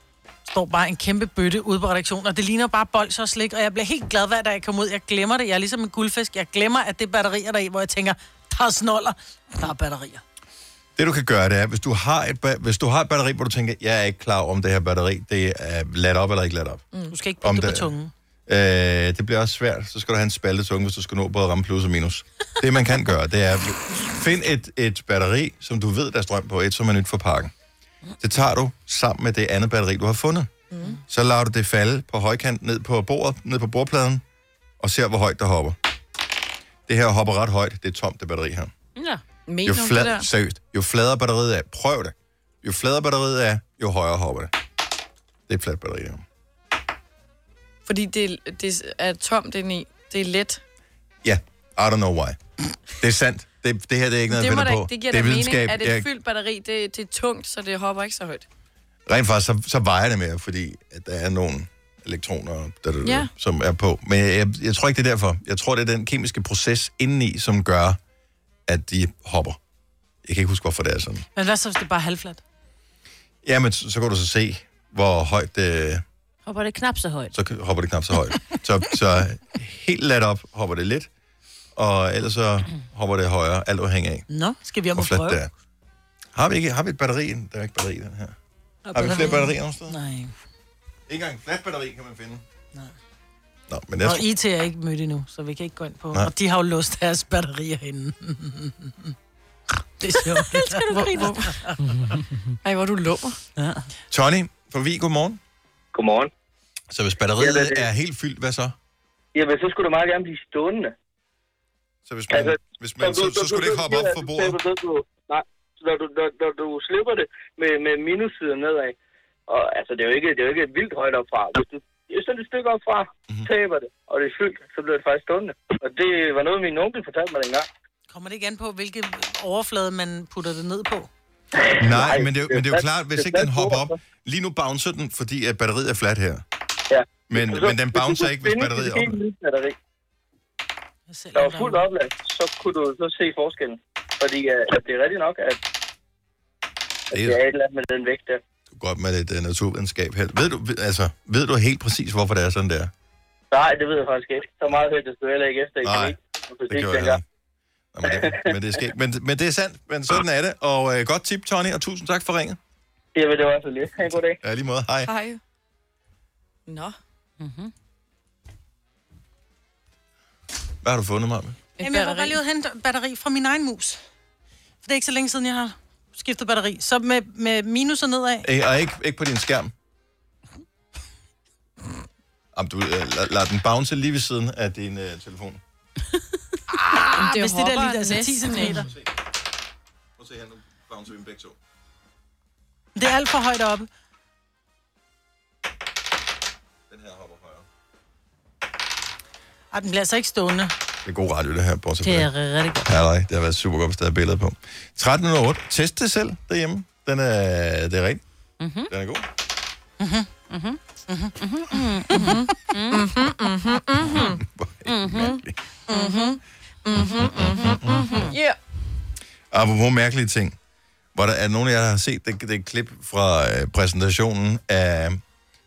står bare en kæmpe bøtte ude på redaktionen, og det ligner bare bold og slik, og jeg bliver helt glad hver dag, jeg kommer ud. Jeg glemmer det. Jeg er ligesom en guldfisk. Jeg glemmer, at det er batterier der er i, hvor jeg tænker, der er snoller, der er batterier. Det du kan gøre, det er, hvis du har et, ba- hvis du har et batteri, hvor du tænker, jeg er ikke klar over, om det her batteri, det er ladt op eller ikke ladt op. Mm. Du skal ikke Om putte det på der- tungen. Øh, det bliver også svært. Så skal du have en spalte tunge, hvis du skal nå både at ramme plus og minus. Det, man kan gøre, det er, find et, et batteri, som du ved, der er strøm på, et som er nyt for pakken. Det tager du sammen med det andet batteri, du har fundet. Mm. Så lader du det falde på højkant ned på bordet, ned på bordpladen, og ser, hvor højt der hopper. Det her hopper ret højt. Det er tomt, det batteri her. Ja. Jo, flad, seriøst, jo fladere batteriet er, prøv det. Jo fladere batteriet er, jo højere hopper det. Det er et fladt batteri her. Fordi det, det er tomt indeni. Det er let. Ja, I don't know why. Det er sandt. Det, det her det er ikke noget, det, jeg må finder da, på. det giver det er da videnskab. mening, at et Jeg, fyldt batteri, det, det er tungt, så det hopper ikke så højt. rent faktisk, så, så vejer det mere, fordi at der er nogle elektroner, der, der, Ja. ja. som er på. Men jeg, jeg, jeg tror ikke, det er derfor. Jeg tror, det er den kemiske proces indeni, som gør, at de hopper. Jeg kan ikke huske, hvorfor det er sådan. Men hvad så, hvis det er bare er halvfladt? Jamen, så, så kan du så se, hvor højt det, Hopper det knap så højt. så hopper det knap så højt. så, så helt let op hopper det lidt, og ellers så hopper det højere, alt afhængig af, Nå, skal vi om hvor og fladt prøve? det er. Har vi, ikke, har vi et batteri? i den? Der er ikke batteri i den her. Har vi flere batterier nogen steder? Nej. Ikke engang fladt batteri kan man finde. Nej. Nå, men jeg Og tror, IT er ikke mødt endnu, så vi kan ikke gå ind på. Nej. Nej. Og de har jo låst deres batterier henne. det er sjovt. Hvor- Mm-hmm. hvor- Ej, hvor du lummer. Ja. Tony fra Vi, godmorgen. Godmorgen. Så hvis batteriet Jamen, det- er helt fyldt, hvad så? Jamen, så skulle du meget gerne blive stående. Så hvis man, altså, hvis man så, så, skulle det ikke hoppe op for bordet. Nej, så når du, når, når du slipper det med, med minussider nedad, og altså, det er jo ikke, det er jo ikke vildt højt opfra. Hvis du det er sådan et stykke opfra, Mhm. mm-hmm. taber det, og det er fyldt, så bliver det faktisk stående. Og det var noget, min onkel fortalte mig dengang. Kommer det ikke an på, hvilken overflade man putter det ned på? Nej, men det, er jo- men det er jo fladt- klart, det hvis er ikke den fladt hopper bord, op. Lige nu bouncer den, fordi at batteriet er fladt her. Ja. Men, Og så- men den hvis du bouncer kunne ikke, hvis finde batteriet er et helt oppe. nyt batteri. Der var fuldt oplad, så kunne du så se forskellen. Fordi øh, at det er rigtigt nok, at, at det er et eller andet med den vægt der. Godt med lidt uh, naturvidenskab her. Ved du, ved- altså, ved du helt præcis, hvorfor det er sådan der? Nej, det ved jeg faktisk ikke. Så meget hørte jeg sgu heller ikke efter. i Nej, kemi og fysik det gjorde jeg dengang. Nå, men, det, men, det er skægt. men, men det er sandt, men sådan er det. Og øh, godt tip, Tony, og tusind tak for ringet. Jamen, det var så lidt. Ha' en god dag. Ja, lige måde. Hej. Hej. Nå. Hvad har du fundet, mig med? Jamen, jeg var bare lige ude og hente batteri fra min egen mus. For det er ikke så længe siden, jeg har skiftet batteri. Så med, med minus og Ah, nedad. Og ikke, ikke på din skærm. Jamen, du øh, lad, lad den bounce lige ved siden af din øh, telefon. Ah, det hvis det der hopper lige altså 10 næsten cm. ikke. Prøv at se her, nu bouncer vi dem begge to. Det er alt for højt oppe. Den her hopper højere. Ej, den bliver altså ikke stående. Det er god radio, det her. Bortset fra Det er rigtig godt. Ja, nej, det har været super godt, hvis der er billeder på. 1308. Test det selv derhjemme. Den er, det er rigtigt. Mm-hmm. Den er god. Mm-hmm. Mm-hmm. Mm-hmm. Yeah. Apropos mærkelige ting. Hvor der er nogen af jer, der har set det, det klip fra øh, præsentationen af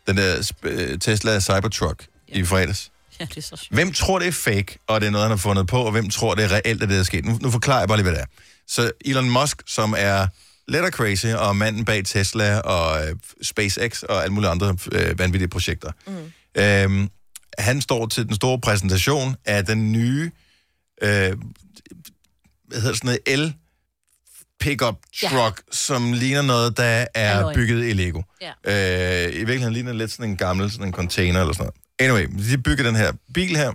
den der sp- øh, Tesla Cybertruck i fredags. Ja, det er så sjovt. Hvem tror, det er fake, og det er noget, han har fundet på, og hvem tror, det er reelt, at det er sket? Nu, nu forklarer jeg bare lige, hvad det er. Så Elon Musk, som er let og crazy, og manden bag Tesla og øh, SpaceX og alle mulige andre øh, vanvittige projekter. Mm. Øhm, han står til den store præsentation af den nye, øh, hvad hedder det, sådan noget, el pickup truck, ja. som ligner noget, der er Alloy. bygget i Lego. Ja. Øh, I virkeligheden ligner det lidt sådan en gammel sådan en container eller sådan noget. Anyway, de bygger den her bil her,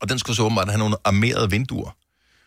og den skulle så åbenbart have nogle armerede vinduer.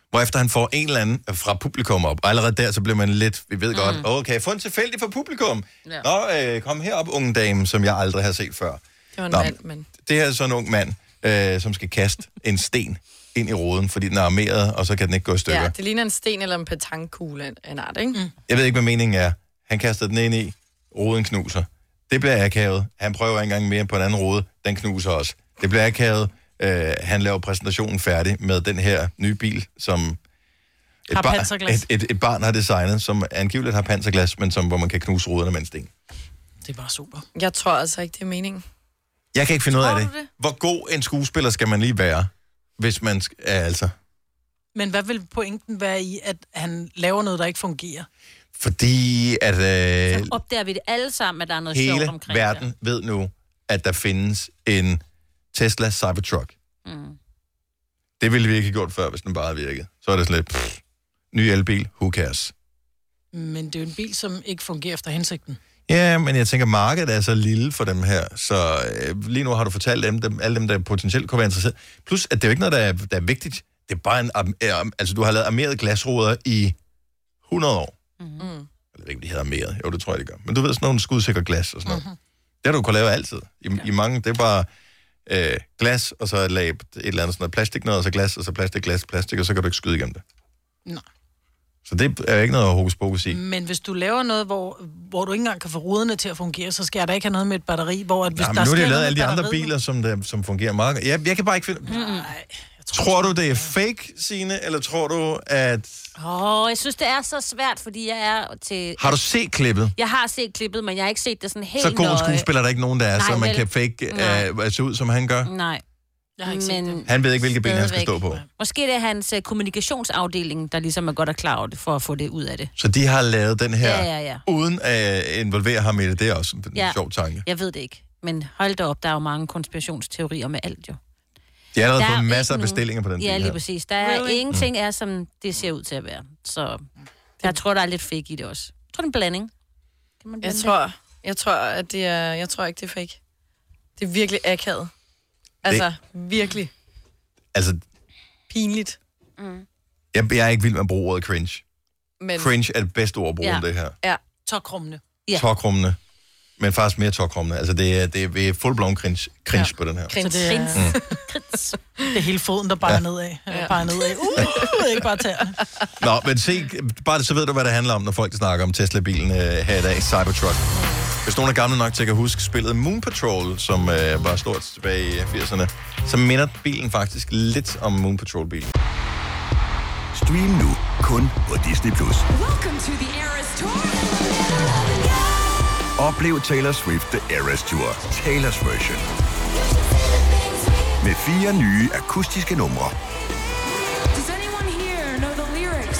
Hvorefter han får en eller anden fra publikum op. Og allerede der, så bliver man lidt, vi ved mm. godt, okay, få en tilfældig fra publikum. Ja. Nå, øh, kom herop, unge dame, som jeg aldrig har set før. Det var en Nå. mand, men... Det her er så en ung mand, øh, som skal kaste en sten ind i roden, fordi den er armeret, og så kan den ikke gå i stykker. Ja, det ligner en sten eller en petankkugle af en art, ikke? Mm. Jeg ved ikke, hvad meningen er. Han kaster den ind i, roden knuser. Det bliver akavet. Han prøver en gang mere på en anden rode. Den knuser også. Det bliver akavet. Øh, han laver præsentationen færdig med den her nye bil, som et, Har barn, panserglas. et, et, et barn har designet, som angiveligt har panserglas, men som, hvor man kan knuse ruderne med en sten. Det er bare super. Jeg tror altså ikke, det er meningen. Jeg kan ikke finde ud af Tror det. du det? Hvor god en skuespiller skal man lige være, hvis man sk- er altså... Men hvad vil pointen være i, at han laver noget, der ikke fungerer? Fordi at øh, Opdager vi det alle sammen, at der er noget sjovt hele omkring verden det. ved nu, at der findes en Tesla Cybertruck. Mm. Det ville vi ikke have gjort før, hvis den bare havde virket. Så er det sådan lidt, pff, ny elbil, who cares? Men det er jo en bil, som ikke fungerer efter hensigten. Ja, men jeg tænker, markedet er så lille for dem her, så øh, lige nu har du fortalt dem, dem, alle dem, der potentielt kunne være interesseret. Plus, at det er jo ikke noget, der er, der er vigtigt. Det er bare en... arm- øh, arm- Altså, du har lavet armerede glasruder i 100 år. Mm. Jeg ved ikke, om de hedder armeret. Jo, det tror jeg, det gør. Men du ved, sådan nogle skudsikre glas og sådan noget. Det har du kunnet lave altid. I, ja. i mange, det er bare øh, glas, og så et lag, et eller andet sådan noget plastik noget, og så glas, og så plastik, glas, plastik, og så kan du ikke skyde igennem det. Nej. Så det er ikke noget hokus pokus i. Men hvis du laver noget, hvor, hvor du ikke engang kan få ruderne til at fungere, så skal jeg da ikke have noget med et batteri, hvor at hvis Nej, men der nu har sker noget de lavet med alle de andre batteriet- biler, som, der, som fungerer meget godt. Jeg, jeg kan bare ikke Mm. finde... Nej. Tror du, det er fake, Signe, eller tror du, at... Mm. Åh, jeg synes, det er så svært, fordi jeg er til... Har du set klippet? Jeg har set klippet, men jeg har ikke set det sådan helt Så god en nøje. skuespiller er der ikke nogen, der er, Nej, så man vel. kan fake øh, at se ud, som han gør. Nej. Jeg har ikke men set Han ved ikke, hvilke ben han skal stå stadigvæk. på. Måske det er hans øh, kommunikationsafdeling, der ligesom er godt og klar over det, for at få det ud af det. Så de har lavet den her, Ja, ja, ja. uden at involvere ham i det. Det er også en ja. sjov tanke. Jeg ved det ikke. Men hold da op, der er jo mange konspirationsteorier med alt jo. De har allerede Der er fået ikke masser af bestillinger på den Ja, bil lige her. Mm. præcis. Der er Really? really? ingenting er, som det ser ud til at være. Så jeg tror, der er lidt fake i det også. Jeg tror, det er en blanding. Kan Jeg man blande tror, jeg tror, at det er, jeg tror ikke, det er fake. Det er virkelig akavet. Altså, det... virkelig Altså, pinligt. jeg, jeg er ikke vild med at bruge ordet cringe. Men... Øhm. Cringe er det bedste ord at bruge om det her. Ja. Tokrummende. Ja. Tokrummende. Men faktisk mere tokrummende. Altså, det er, det er full-blown cringe, cringe ja. på den her. Så det, Mm. er, det er hele foden, der bare ja. nedad. Ja. Bare nedad. Uh, ikke bare tæerne. Ah, Nå, men se, bare så ved du, hvad det handler om, når folk snakker om Tesla-bilen øh, her i dag, Cybertruck. Hvis nogen er gamle nok til at huske spillet Moon Patrol, som øh, var stort tilbage i 80'erne, så minder bilen faktisk lidt om Moon Patrol-bilen. Stream nu kun på Disney+. Plus. Welcome to the Eras Tour. Oplev Taylor Swift The Eras Tour, Taylor's version. Med fire nye akustiske numre. Does anyone here know the lyrics?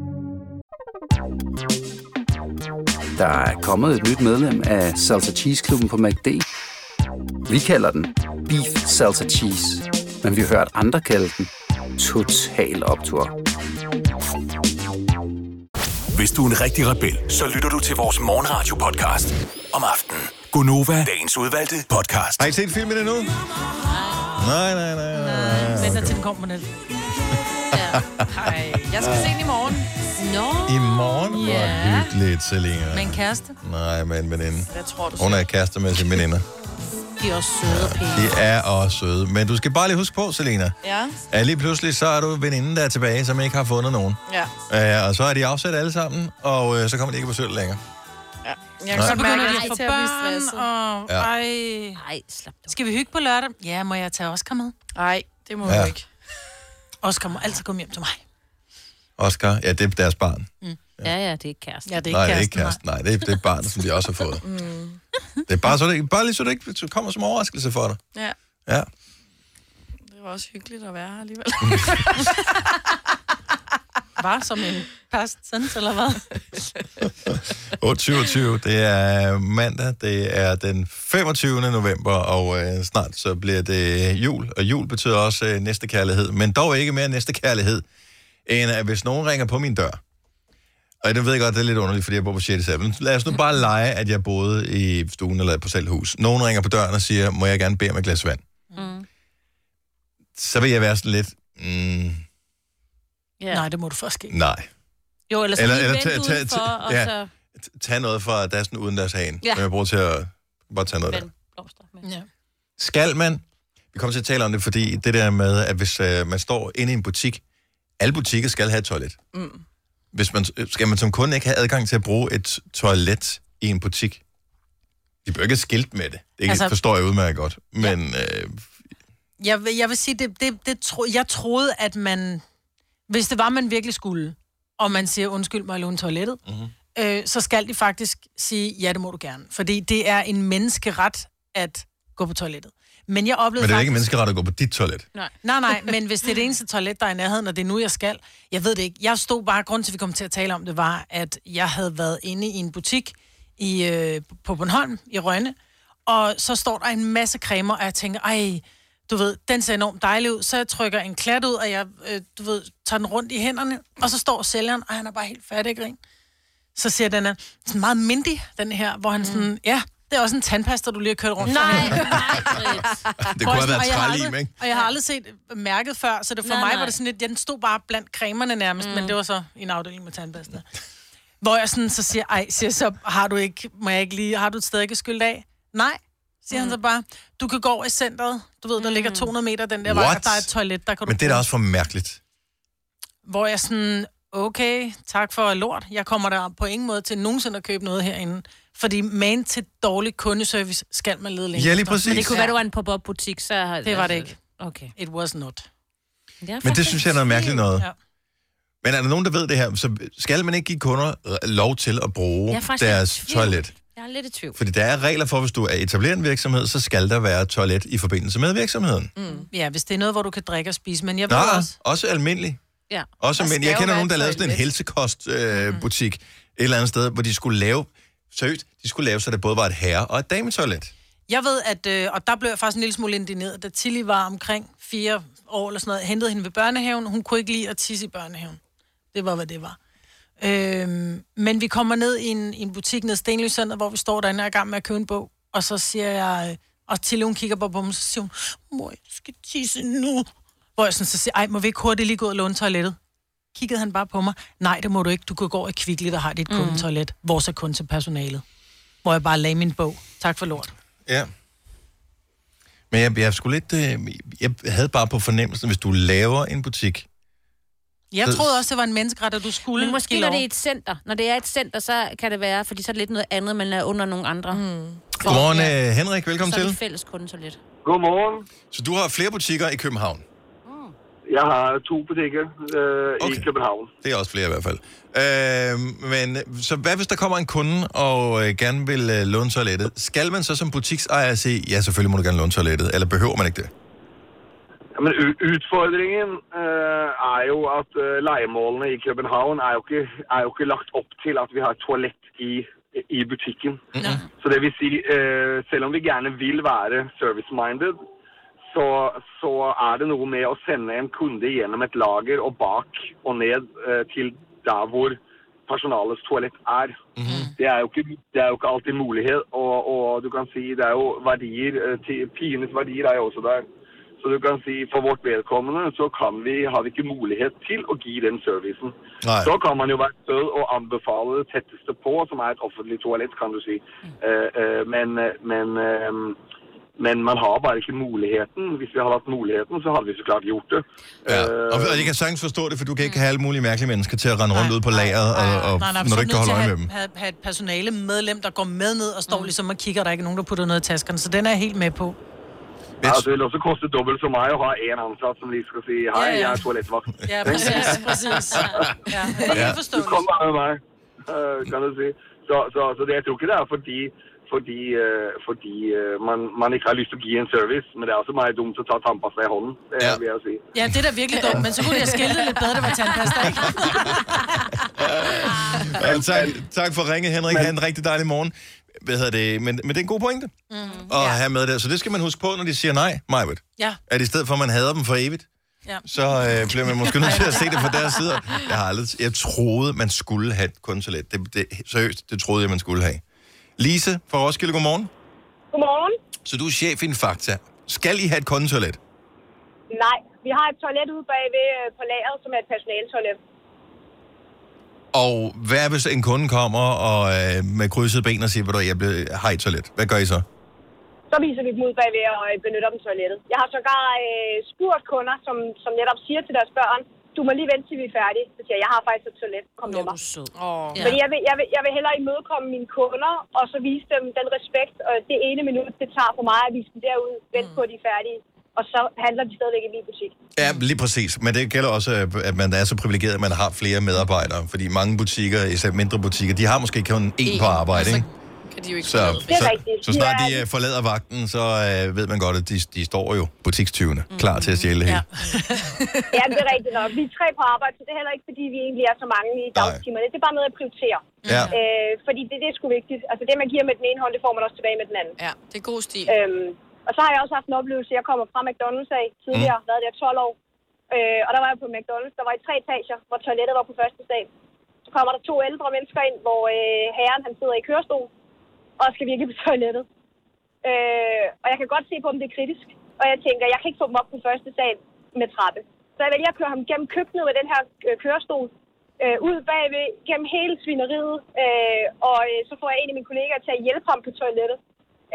Der er kommet et nyt medlem af Salsa Cheese Klubben på MACD. Vi kalder den Beef Salsa Cheese, men vi har hørt andre kalde den Total Optor. Hvis du er en rigtig rebel, så lytter du til vores morgenradio-podcast om aftenen. Gunova, dagens udvalgte podcast. Har I set filmen endnu? Nej, nej, nej. nej. Venter til den kommer med Jeg skal Øh, se den i morgen. Nå, I morgen var Ja. hyggeligt, Selina. med en kæreste. Nej, med en veninde. Hvad tror du Hun er kærester med sine veninder. De er også søde og pæne. De er også søde. Men du skal bare lige huske på, Selina, Ja. at lige pludselig så er du veninden, der er tilbage, som ikke har fundet nogen. Ja. Øh, og så er de afsat alle sammen, og øh, så kommer de ikke på besøg længere. Jeg Nej. kan så begynder de Jeg at få til at blive børn, stresset. og... Ja. Ej. Ej, slap Skal vi hygge på lørdag? Ja, må jeg tage Oscar med? Nej, det må Ja. du du ikke. Oscar må altid komme hjem til mig. Oscar, ja, det er deres barn. Ja, ja, det er ikke kæresten. Ja, det nej, det er ikke kæresten. Nej, det er, det er barnet, som de også har fået. Mm. Det er bare, så det, ikke- bare lige så det ikke så kommer som overraskelse for dig. Ja, Ja. det var også hyggeligt at være her alligevel. Var som en past sense, eller hvad? 8.27, det er mandag, det er den 25. november, og øh, snart så bliver det jul, og jul betyder også øh, næste kærlighed, men dog ikke mere næste kærlighed, end at hvis nogen ringer på min dør, og det ved jeg godt, det er lidt underligt, fordi jeg bor på 6. sal, men lad os nu bare lege, at jeg boede i stuen eller på selvhus. Nogen ringer på døren og siger, må jeg gerne bede om et glas vand? Mm. Så vil jeg være sådan lidt, mm, Ja. Nej, det må du først ikke. nej. Jo, ellers Eller- eller, eller eller, tag- vente tag- udenfor, tag- og ja. så... T- Tag noget fra dassen uden deres hagen, Ja. ja. men jeg bruger til at bare tage noget der. Ja. Skal man? Vi kommer til at tale om det, fordi det der med, at hvis øh, man står inde i en butik, alle butikker skal have et toilet. Mm. Hvis man, øh, skal man som kunde ikke have adgang til at bruge et toilet i en butik? De bør ikke have skilt med det. Det Altså- altså, forstår jeg udmærket godt. Men øh, Jeg, vil- jeg vil sige, det, det, det tro, jeg troede, at man... Hvis det var, man virkelig skulle, og man siger, undskyld mig, jeg låne toilettet, Mhm. mm-hmm. øh, så skal de faktisk sige, ja, det må du gerne. Fordi det er en menneskeret at gå på toilettet. Men jeg men oplevede det er da faktisk... ikke menneskeret at gå på dit toilet. Nej. nej, nej, men hvis det er det eneste toilet, der er i nærheden, og det er nu, jeg skal, jeg ved det ikke. Jeg stod bare, grund til, at vi kom til at tale om det, var, at jeg havde været inde i en butik i, øh, på Bornholm i Rønne, og så står der en masse cremer, og jeg tænker, ej, du ved, den ser enormt dejlig ud, så jeg trykker en klat ud, og jeg, øh, du ved, tager den rundt i hænderne, og så står sælgeren, og han er bare helt fattig af grin. Så siger den er sådan meget mindig, den her, hvor han sådan, ja, det er også en tandpasta, du lige har kørt rundt. Mm. Nej, Det kunne have været Og jeg har trælim, aldrig- ikke? Og jeg har aldrig set øh, mærket før, så det for Nej, nej, mig nej. var det sådan lidt, ja, den stod bare blandt cremerne nærmest, mm. men det var så i en afdeling med tandpasta. Hvor jeg sådan så siger, ej, siger jeg så, har du ikke, må jeg ikke lige, har du et sted, jeg kan skylde af? Nej, siger mm. han så bare, du kan gå over i centret, du ved, der ligger 200 meter den der vej, What? og der er et toilet, der kan Men du det er da bruge." også for mærkeligt. Hvor jeg sådan, okay, tak for lort, jeg kommer der på ingen måde til nogensinde at købe noget herinde. Fordi man til dårlig kundeservice skal man lede længe. Ja, lige efter. præcis. Men det kunne være, du var en pop-up butik, så... Altså, Det var det ikke. Okay. It was not. Men det synes jeg er noget mærkeligt noget. Men er der nogen, der ved det her, så skal man ikke give kunder øh, lov til at Jeg bruge er faktisk deres lidt i tvivl. toilet? Jeg er lidt i tvivl. Fordi der er regler for, hvis du er etableret en virksomhed, så skal der være toilet i forbindelse med virksomheden. Mm. Ja, hvis det er noget, hvor du kan drikke og spise, men jeg ved Nå, også... også almindelig. Ja. Også men jeg kender nogen, der lavede sådan en helse... helsekostbutik øh, Mm-hmm. butik et eller andet sted, hvor de skulle lave, seriøst, de skulle lave, så det både var et herre- og et dametoilet. Jeg ved, at... Øh, og der blev jeg faktisk en lille smule indineret, da Tilly var omkring fire år eller sådan noget, hentede hende ved børnehaven. Hun kunne ikke lide at tisse i børnehaven. Det var, hvad det var. Øhm, men vi kommer ned i en, i en butik ned i Stenløs Center, hvor vi står derinde og er i gang med at købe en bog. Og så siger jeg... Øh, og Tilly, hun kigger på på mig, så siger hun, mor, jeg skal tisse nu. Hvor jeg sådan, så siger, ej, må vi ikke hurtigt lige gå ud og låne toilettet? Kiggede han bare på mig. Nej, det må du ikke. Du kan gå over i Kvickly, der har dit Mm. mm. kundetoilet. Vores er kun til personalet. Hvor jeg bare lagde min bog. Tak for lort. Ja. Men jeg, jeg skulle lidt, øh, jeg havde bare på fornemmelsen, hvis du laver en butik, Jeg Så- troede også, det var en menneskeret, at du skulle. Men måske give når lov. det er et center. Når det er et center, så kan det være, fordi så er det lidt noget andet, man er under nogle andre. Mm. Godmorgen, øh, Henrik. Velkommen så er det til. fælles kundetoilet. Godmorgen. så du har flere butikker i København. Jeg har to butikker øh, okay. i København. Det er også flere i hvert fald. Øh, men øh, så hvad hvis der kommer en kunde og øh, gerne vil øh, låne toilettet? Skal man så som butiksejer sige, ja, selvfølgelig må du gerne låne toilettet, eller behøver man ikke det? Jamen, u- utfordringen øh, er jo at øh, legemålene i København er jo, ikke, er jo ikke lagt op til at vi har toilet i, i butikken. Mm-mm. Så det vil sige, øh, selv om vi gerne vil være service-minded, så, så er det noe med å sende en kunde gjennom et lager og bak og ned eh, til der hvor personalets toalett er. det, er jo ikke, det er jo ikke alltid mulighet, og, og du kan si det er jo verdier, eh, ti- pigenes verdier er jo også der. Så du kan si for vårt vedkommende så kan vi, har vi ikke mulighet til å gi den servicen. Nei. Så kan man jo være stød og anbefale det tetteste på, som er et offentlig toalett, kan du si. Eh, eh, men, eh, men, eh, men man har bare ikke muligheten. Hvis vi hadde hatt muligheten, så hadde vi så klart gjort det. Eh, Ja. Og jeg kan sagtens forstå det, for du kan ikke have alle mulige mærkelige mennesker til at rende rundt ude på lageret, og, og, Mm. Nej, nej, når så du er nødt ikke kan holde til at øje med have, dem. Have, have et personale medlem, der går med ned og står mm. ligesom og kigger, der er ikke nogen, der putter noget i taskerne. Så den er jeg helt med på. Ja, det vil også koste dobbelt for meg å ha én ansatt som lige skal si hei, Ja, ja. jeg er toalettvakt. Ja, præcis, præcis. Ja, Ja. Du kom bare med meg, øh, kan du si. Så, så, så det, jeg tror ikke det er fordi, fordi, øh, fordi øh, man, man ikke har lyst til å gi en service, men det er også meget dumt å ta tannpasta i hånden, det vil jeg si. ja, det er da virkelig dumt, men så kunne jeg skiltet lidt bedre, det var tandpasta, ikke? Ja, tak, tak for at ringe, Henrik. Ha' en rigtig dejlig morgen. Hvad hedder det? Men, men det er en god pointe mm, at have med der. Så det skal man huske på, når de siger nej, Majbet. Ja. At i stedet for, at man hader dem for evigt, Ja. så øh, bliver man måske nødt til at se det fra deres side. Jeg, har aldrig, jeg troede, man skulle have et konsulent. Det, det, seriøst, det troede jeg, man skulle have. Lise fra Roskilde, godmorgen. Godmorgen. Så du er chef i en fakta. Skal I have et konsulent? Nej, vi har et toilet ude bagved øh, på lageret, som er et personaletoilet. Og hvad hvis en kunde kommer og øh, med krydsede ben og siger, at jeg blev, har et toilet? Hvad gør I så? Så viser vi dem ud bagved og øh, benytter dem toilettet. Jeg har sågar øh, spurgt kunder, som, som netop siger til deres børn, du må lige vente til vi er færdige. Så siger jeg, jeg har faktisk et toilet. Kom med mig. Oh. Fordi jeg vil, jeg, vil, jeg vil hellere imødekomme mine kunder, og så vise dem den respekt, og det ene minut, det tager for mig at vise dem derud, vente på, at de er færdige, og så handler de stadigvæk i min butik. Ja, lige præcis. Men det gælder også, øh, at man er så privilegeret, at man har flere medarbejdere. Fordi mange butikker, især mindre butikker, de har måske kun én på arbejde, ikke? Kan de jo ikke Så, forlade så, så snart de øh, forlader vagten, så øh, ved man godt, at de, de står jo butikstyvene, Mm. klar til at stjæle det hele. ja, det er rigtigt nok. Vi er tre på arbejde, så det er heller ikke, fordi vi egentlig er så mange i dagtimerne. Det er bare noget at prioritere. Ja. Øh, fordi det, det er sgu vigtigt. Altså det, man giver med den ene hånd, det får man også tilbage med den anden. Ja, det er god stil. Øhm, og så har jeg også haft en oplevelse. Jeg kommer fra McDonald's af tidligere, mm. været der 12 år. Øh, og der var jeg på McDonald's, der var i tre etager, hvor toilettet var på første sal. Så kommer der to ældre mennesker ind, hvor øh, herren han sidder i kørestol og skal virkelig på toilettet. Øh, og jeg kan godt se på dem, det er kritisk. Og jeg tænker, jeg kan ikke få dem op på første sal med trappe. Så jeg vælger at køre ham gennem køkkenet med den her øh, kørestol, øh, ud bagved, gennem hele svineriet. Øh, og øh, så får jeg en af mine kollegaer til at hjælpe ham på toilettet.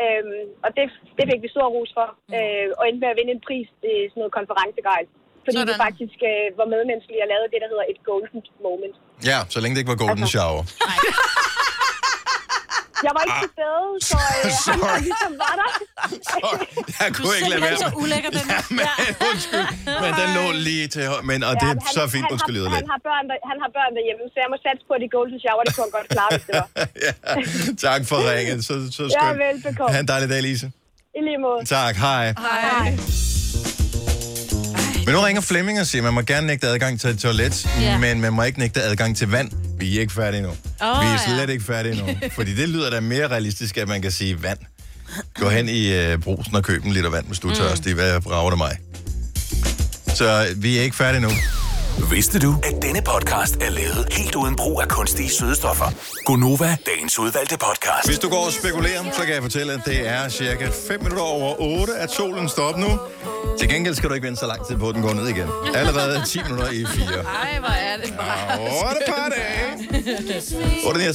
Øh, og det, det fik vi stor ros for. Øh, og endte med at vinde en pris i sådan noget konferencegejl. Fordi Sådan. det faktisk øh, var medmenneskeligt og lavede det, der hedder et golden moment. Ja, så længe det ikke var Altså- golden shower. Jeg var ikke til Ah. stede, så øh, ham, der ligesom var der. Jeg kunne ikke lade være med. ulækker den. Ja, men, undskyld. Men den lå lige til højre. Men, og det er så fint, han, undskyld har, lyder lidt. han, har børn, der, han har børn derhjemme, så jeg må satse på, at det golden shower, det kunne han godt klare, hvis det var. Tak for ringen. Så, så Ja, skønt. velbekomme. Ha' en dejlig dag, Lise. I lige måde. Tak, hej. Hej. Men nu ringer Flemming og siger, at man må gerne nægte adgang til et toilet, Ja. yeah. men man må ikke nægte adgang til vand. Vi er ikke færdige endnu. Åh, Vi er ja. slet ikke færdige endnu. Fordi det lyder da mere realistisk, at man kan sige vand. Gå hen i øh, brusen og køb en liter vand, hvis du er Mm. tørstig. Hvad brager det mig? Så øh, vi er ikke færdige endnu. Vidste du, at denne podcast er lavet helt uden brug af kunstige sødestoffer? Gonova, dagens udvalgte podcast. Hvis du går og spekulerer, så kan jeg fortælle, at det er cirka 5 minutter over 8, at solen står op nu. Til gengæld skal du ikke vente så lang tid på, at den går ned igen. Allerede 10 minutter i 4. Ej, hvor er det bare. Åh, det er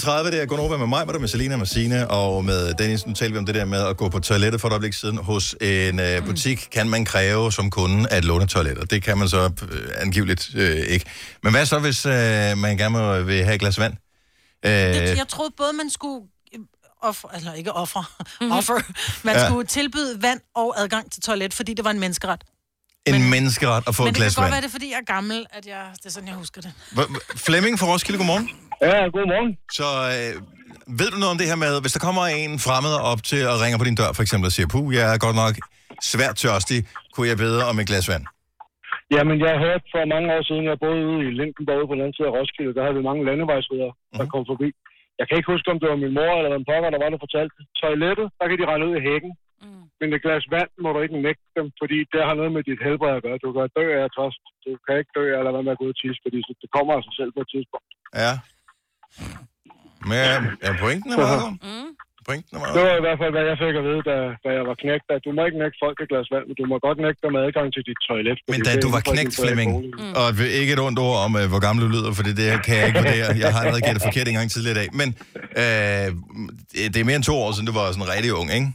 det. 8.39, det er Gunova med mig, var der med Selina, med Signe og med Dennis. Nu talte vi om det der med at gå på toilettet for et øjeblik siden. Hos en Mm. øh, butik kan man kræve som kunde at låne toiletter. Det kan man så øh, angiveligt øh, ikke. Men hvad så, hvis øh, man gerne må, vil have et glas vand? Øh, Det, jeg troede både, man skulle øh, offer, altså ikke offer, offer. Man Ja. ja. skulle tilbyde vand og adgang til toilet, fordi det var en menneskeret. en menneskeret at få Men et det kan glas godt vand. være, det er, fordi jeg er gammel, at jeg, det er sådan, jeg husker det. Hvor- Flemming fra Roskilde, godmorgen. Ja, godmorgen. Så øh, ved du noget om det her med, hvis der kommer en fremmed op til og ringer på din dør, for eksempel, og siger, puh, jeg er godt nok svært tørstig, kunne jeg bede om et glas vand? Jamen, jeg hørte for mange år siden, jeg boede ude i Linden, derude på den anden side af Roskilde, der havde vi mange landevejsrydere, der Mhm. kom forbi. Jeg kan ikke huske, om det var min mor eller den pokker, der var der fortalte. det. Toilettet, der kan de rende ud i hækken. Mm. Men et glas vand må du ikke nægte dem, fordi det har noget med dit helbred at gøre. Du kan dø af tørst. Du kan ikke dø af at lade være med at gå ud og tisse, fordi det kommer af sig selv på et tidspunkt. Ja. Men ja, ja, pointen er meget god. Pointen var... Det var i hvert fald, hvad jeg fik at vide, da, da jeg var knægt. At du må ikke nægte folk et glas vand, men du må godt nægte dem adgang til dit toilet. Men fordi da det er du var indenfor knægt, din Flemming, bolig. og ikke et ondt ord om, øh, hvor gammel du lyder, for det der kan jeg ikke vurdere. Jeg har allerede gættet forkert en gang tidligere i dag. Men øh, det er mere end to år siden, du var sådan rigtig ung, ikke?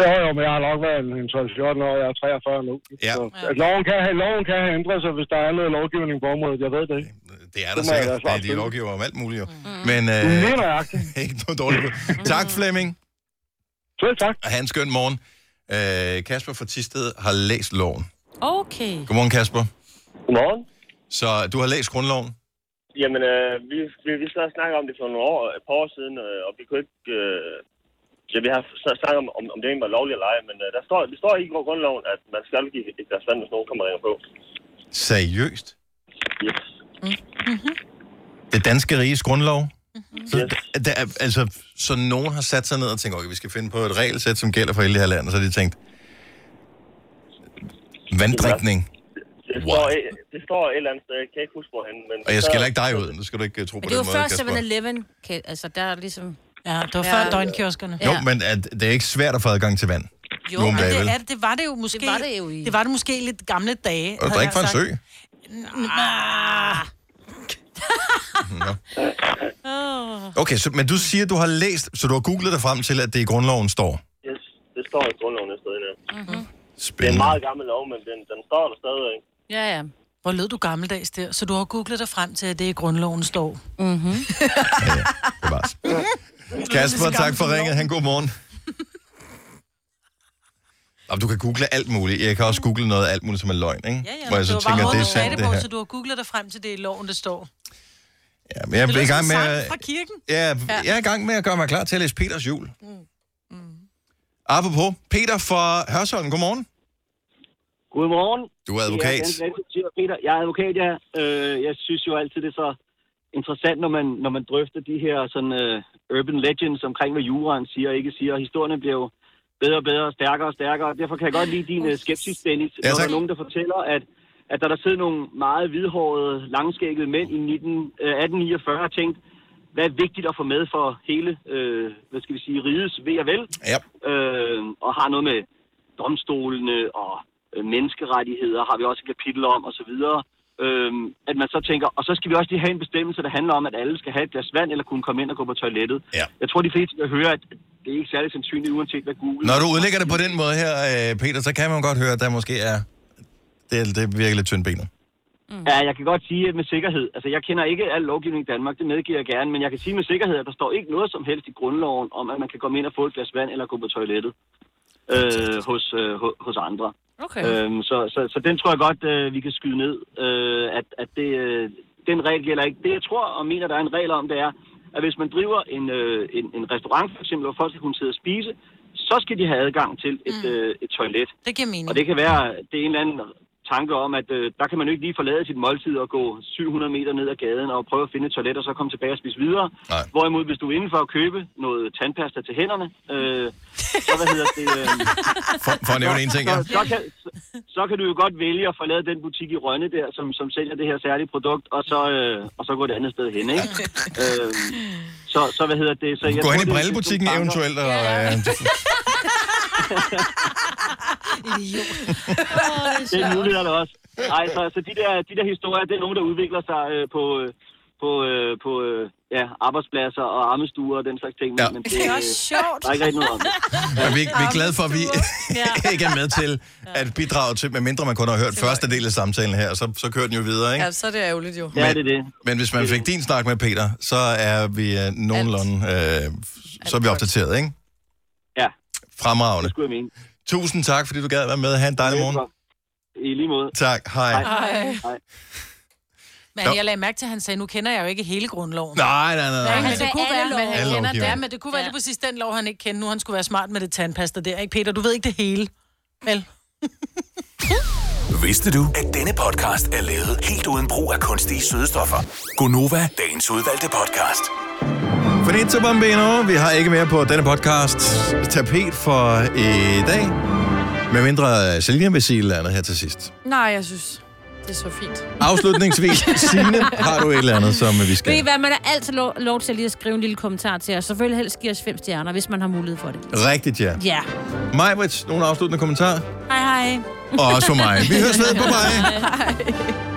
Jo, jo, men jeg har nok været en en 12-14 år, jeg er 43 nu. Ja. Så, at loven, kan have, loven kan have ændret sig, hvis der er noget lovgivning på området. Jeg ved det ikke. Det er Det der må jeg sikkert. da svare Det er de skyldig. lovgiver om alt muligt, jo. Men øh, Lige ikke noget dårligt. bud. Tak, Flemming. Selv tak. Og have en skøn morgen. Øh, Kasper fra Tisted har læst loven. Okay. Godmorgen, Kasper. Godmorgen. Så du har læst grundloven? Jamen, øh, vi, vi, vi så snakkede om det for nogle år, et par år siden, øh, og vi kunne ikke... Øh, ja, vi har så snakket om, om, om det egentlig var lovligt eller ej, men øh, der står, det står i grundloven, at man skal give et glas vand, hvis nogen kommer og ringer på. Seriøst? Mm-hmm. Yes. Det danske riges grundlov? Så, der, der, er- altså, så nogen har sat sig ned og tænkt, okay, vi skal finde på et regelsæt, som gælder for hele det her land, og så har de tænkt, vanddrikning. Det, står, øh, det står et eller andet sted, jeg kan ikke huske hvorhen, men... Og jeg skælder ikke dig ud, nu skal du ikke øh, tro på Men det den var måde, før Kasper. 7-Eleven, kan- altså der er ligesom... Ja, det var før døgnkioskerne. Jo, men at, det er ikke svært at få adgang til vand. Jo, Nogle men dage, det, vel? er, det var det jo måske. Det var det jo i... Det var det måske i lidt gamle dage. Og du drikker fra en sø. Okay, så, men du siger, du har læst, så du har googlet dig frem til, at det i grundloven står. Yes, det står i grundloven et sted endnu. Mm-hmm. Det er en Spændende. meget gammel lov, men den, den står der stadigvæk. Ja, ja. Hvor lød du gammeldags der? Så du har googlet dig frem til, at det i grundloven står. Mm-hmm. Kasper, tak for ringet. Han god morgen. Og du kan google alt muligt. Jeg kan også google noget af alt muligt, som er løgn, ikke? Ja, ja, men Hvor jeg det så var bare tænker, måden, det er du sagde sandt, det det på, her. så du har googlet dig frem til det i loven, det står. Ja, men jeg det er i lyder gang som med, en at- sang fra kirken. jeg, Ja. jeg er i gang med at gøre mig klar til at læse Peters jul. Mm. Apropos, Peter fra Hørsholm, godmorgen. Godmorgen. Du er advokat. Ja, den rigtige Peter. Jeg er advokat, ja. Øh, jeg synes jo altid, det er så interessant, når man, når man drøfter de her sådan, øh, urban legends omkring, hvad juraen siger og ikke siger. Og historien bliver jo bedre og bedre og stærkere og stærkere. Derfor kan jeg godt lide din øh, skepsis, Dennis, ja, når der er nogen, der fortæller, at at der, der sidder nogle meget hvidhårede, langskækkede mænd i 19, øh, 1849 og tænkte, hvad er vigtigt at få med for hele, øh, hvad skal vi sige, rigets ved og vel? Ja. Øh, og har noget med domstolene og øh, menneskerettigheder, har vi også et kapitel om osv., Øhm, at man så tænker, og så skal vi også lige have en bestemmelse, der handler om, at alle skal have et glas vand, eller kunne komme ind og gå på toilettet. Ja. Jeg tror, de fleste vil høre, at det er ikke særlig sandsynligt, uanset hvad Google... Når du udlægger det på den måde her, øh, Peter, så kan man godt høre, at der måske er... Det, er- det virker lidt tyndbenet. Mm. Ja, jeg kan godt sige med sikkerhed. Altså, jeg kender ikke al lovgivning i Danmark, det medgiver jeg gerne, men jeg kan sige med sikkerhed, at der står ikke noget som helst i grundloven om, at man kan komme ind og få et glas vand eller gå på toilettet øh, hos, øh, ho- hos andre. Okay. Øhm, så, så, så den tror jeg godt, øh, vi kan skyde ned, øh, at, at det, øh, den regel gælder ikke. Det, jeg tror og mener, der er en regel om, det er, at hvis man driver en, øh, en, en restaurant, for eksempel, hvor folk skal kunne sidde og spise, så skal de have adgang til et, mm. øh, et toilet. Det giver mening. Og det kan være, det er en eller anden tanke om, at øh, der kan man jo ikke lige forlade sit måltid og gå 700 meter ned ad gaden og prøve at finde et toilet og så komme tilbage og spise videre. Nej. Hvorimod, hvis du er inde for at købe noget tandpasta til hænderne, øh, så, hvad hedder det, øh, For, for at nævne en ting, ja. så, så, kan, så, så kan du jo godt vælge at forlade den butik i Rønne der, som, som sælger det her særlige produkt, og så, øh, og så gå et andet sted hen, ikke? øh, så, så hvad hedder det? Så jeg Gå tror, hen det i er- brillebutikken det er nogle tanker. eventuelt, og... Øh, Idiot. det er muligt, der også. Ej, så, så de, der, de der historier, det er nogen, der udvikler sig øh, på, øh, på, øh, på øh, ja, arbejdspladser og armestuer og den slags ting. Ja. Men Det er også øh, sjovt. Der er ikke rigtig noget om det. Men vi, vi er glade for, at vi ikke er med til at bidrage til, medmindre man kun har hørt første del af samtalen her, og så, så kører den jo videre, ikke? Ja, så er det ærgerligt jo. men, Men hvis man fik din snak med Peter, så er vi øh, nogenlunde... Øh, så er vi opdateret, ikke? Ja. Fremragende. skulle jeg mene. Tusind tak, fordi du gad være med. Ha' en dejlig morgen. I lige måde. Tak. Hej. Hej. Hej. Men Nå. jeg lagde mærke til, at han sagde, nu kender jeg jo ikke hele grundloven. Nej, nej, nej, nej. Men Han det sagde kunne alle være, men lovgivning. han kender Alle det. Ja, men det kunne være lige præcis den lov, han ikke kender. Nu han skulle være smart med det tandpasta der, ikke Peter? Du ved ikke det hele. Vel? Vidste du, at denne podcast er lavet helt uden brug af kunstige sødestoffer? Gonova, dagens udvalgte podcast. Finito Bambino. Vi har ikke mere på denne podcast tapet for øh, i dag. Med mindre Selina vil sige et eller andet her til sidst. Nej, jeg synes. Det er så fint. Afslutningsvis, Signe, har du et eller andet, som vi skal... Ved I hvad, man er altid lov, lov til lige at skrive en lille kommentar til os. Selvfølgelig helst give os fem stjerner, hvis man har mulighed for det. Rigtigt, ja. Ja. Majbrits, nogle afsluttende kommentarer? Hej hej. Og også for mig. Vi høres ved. Bye bye. Hej.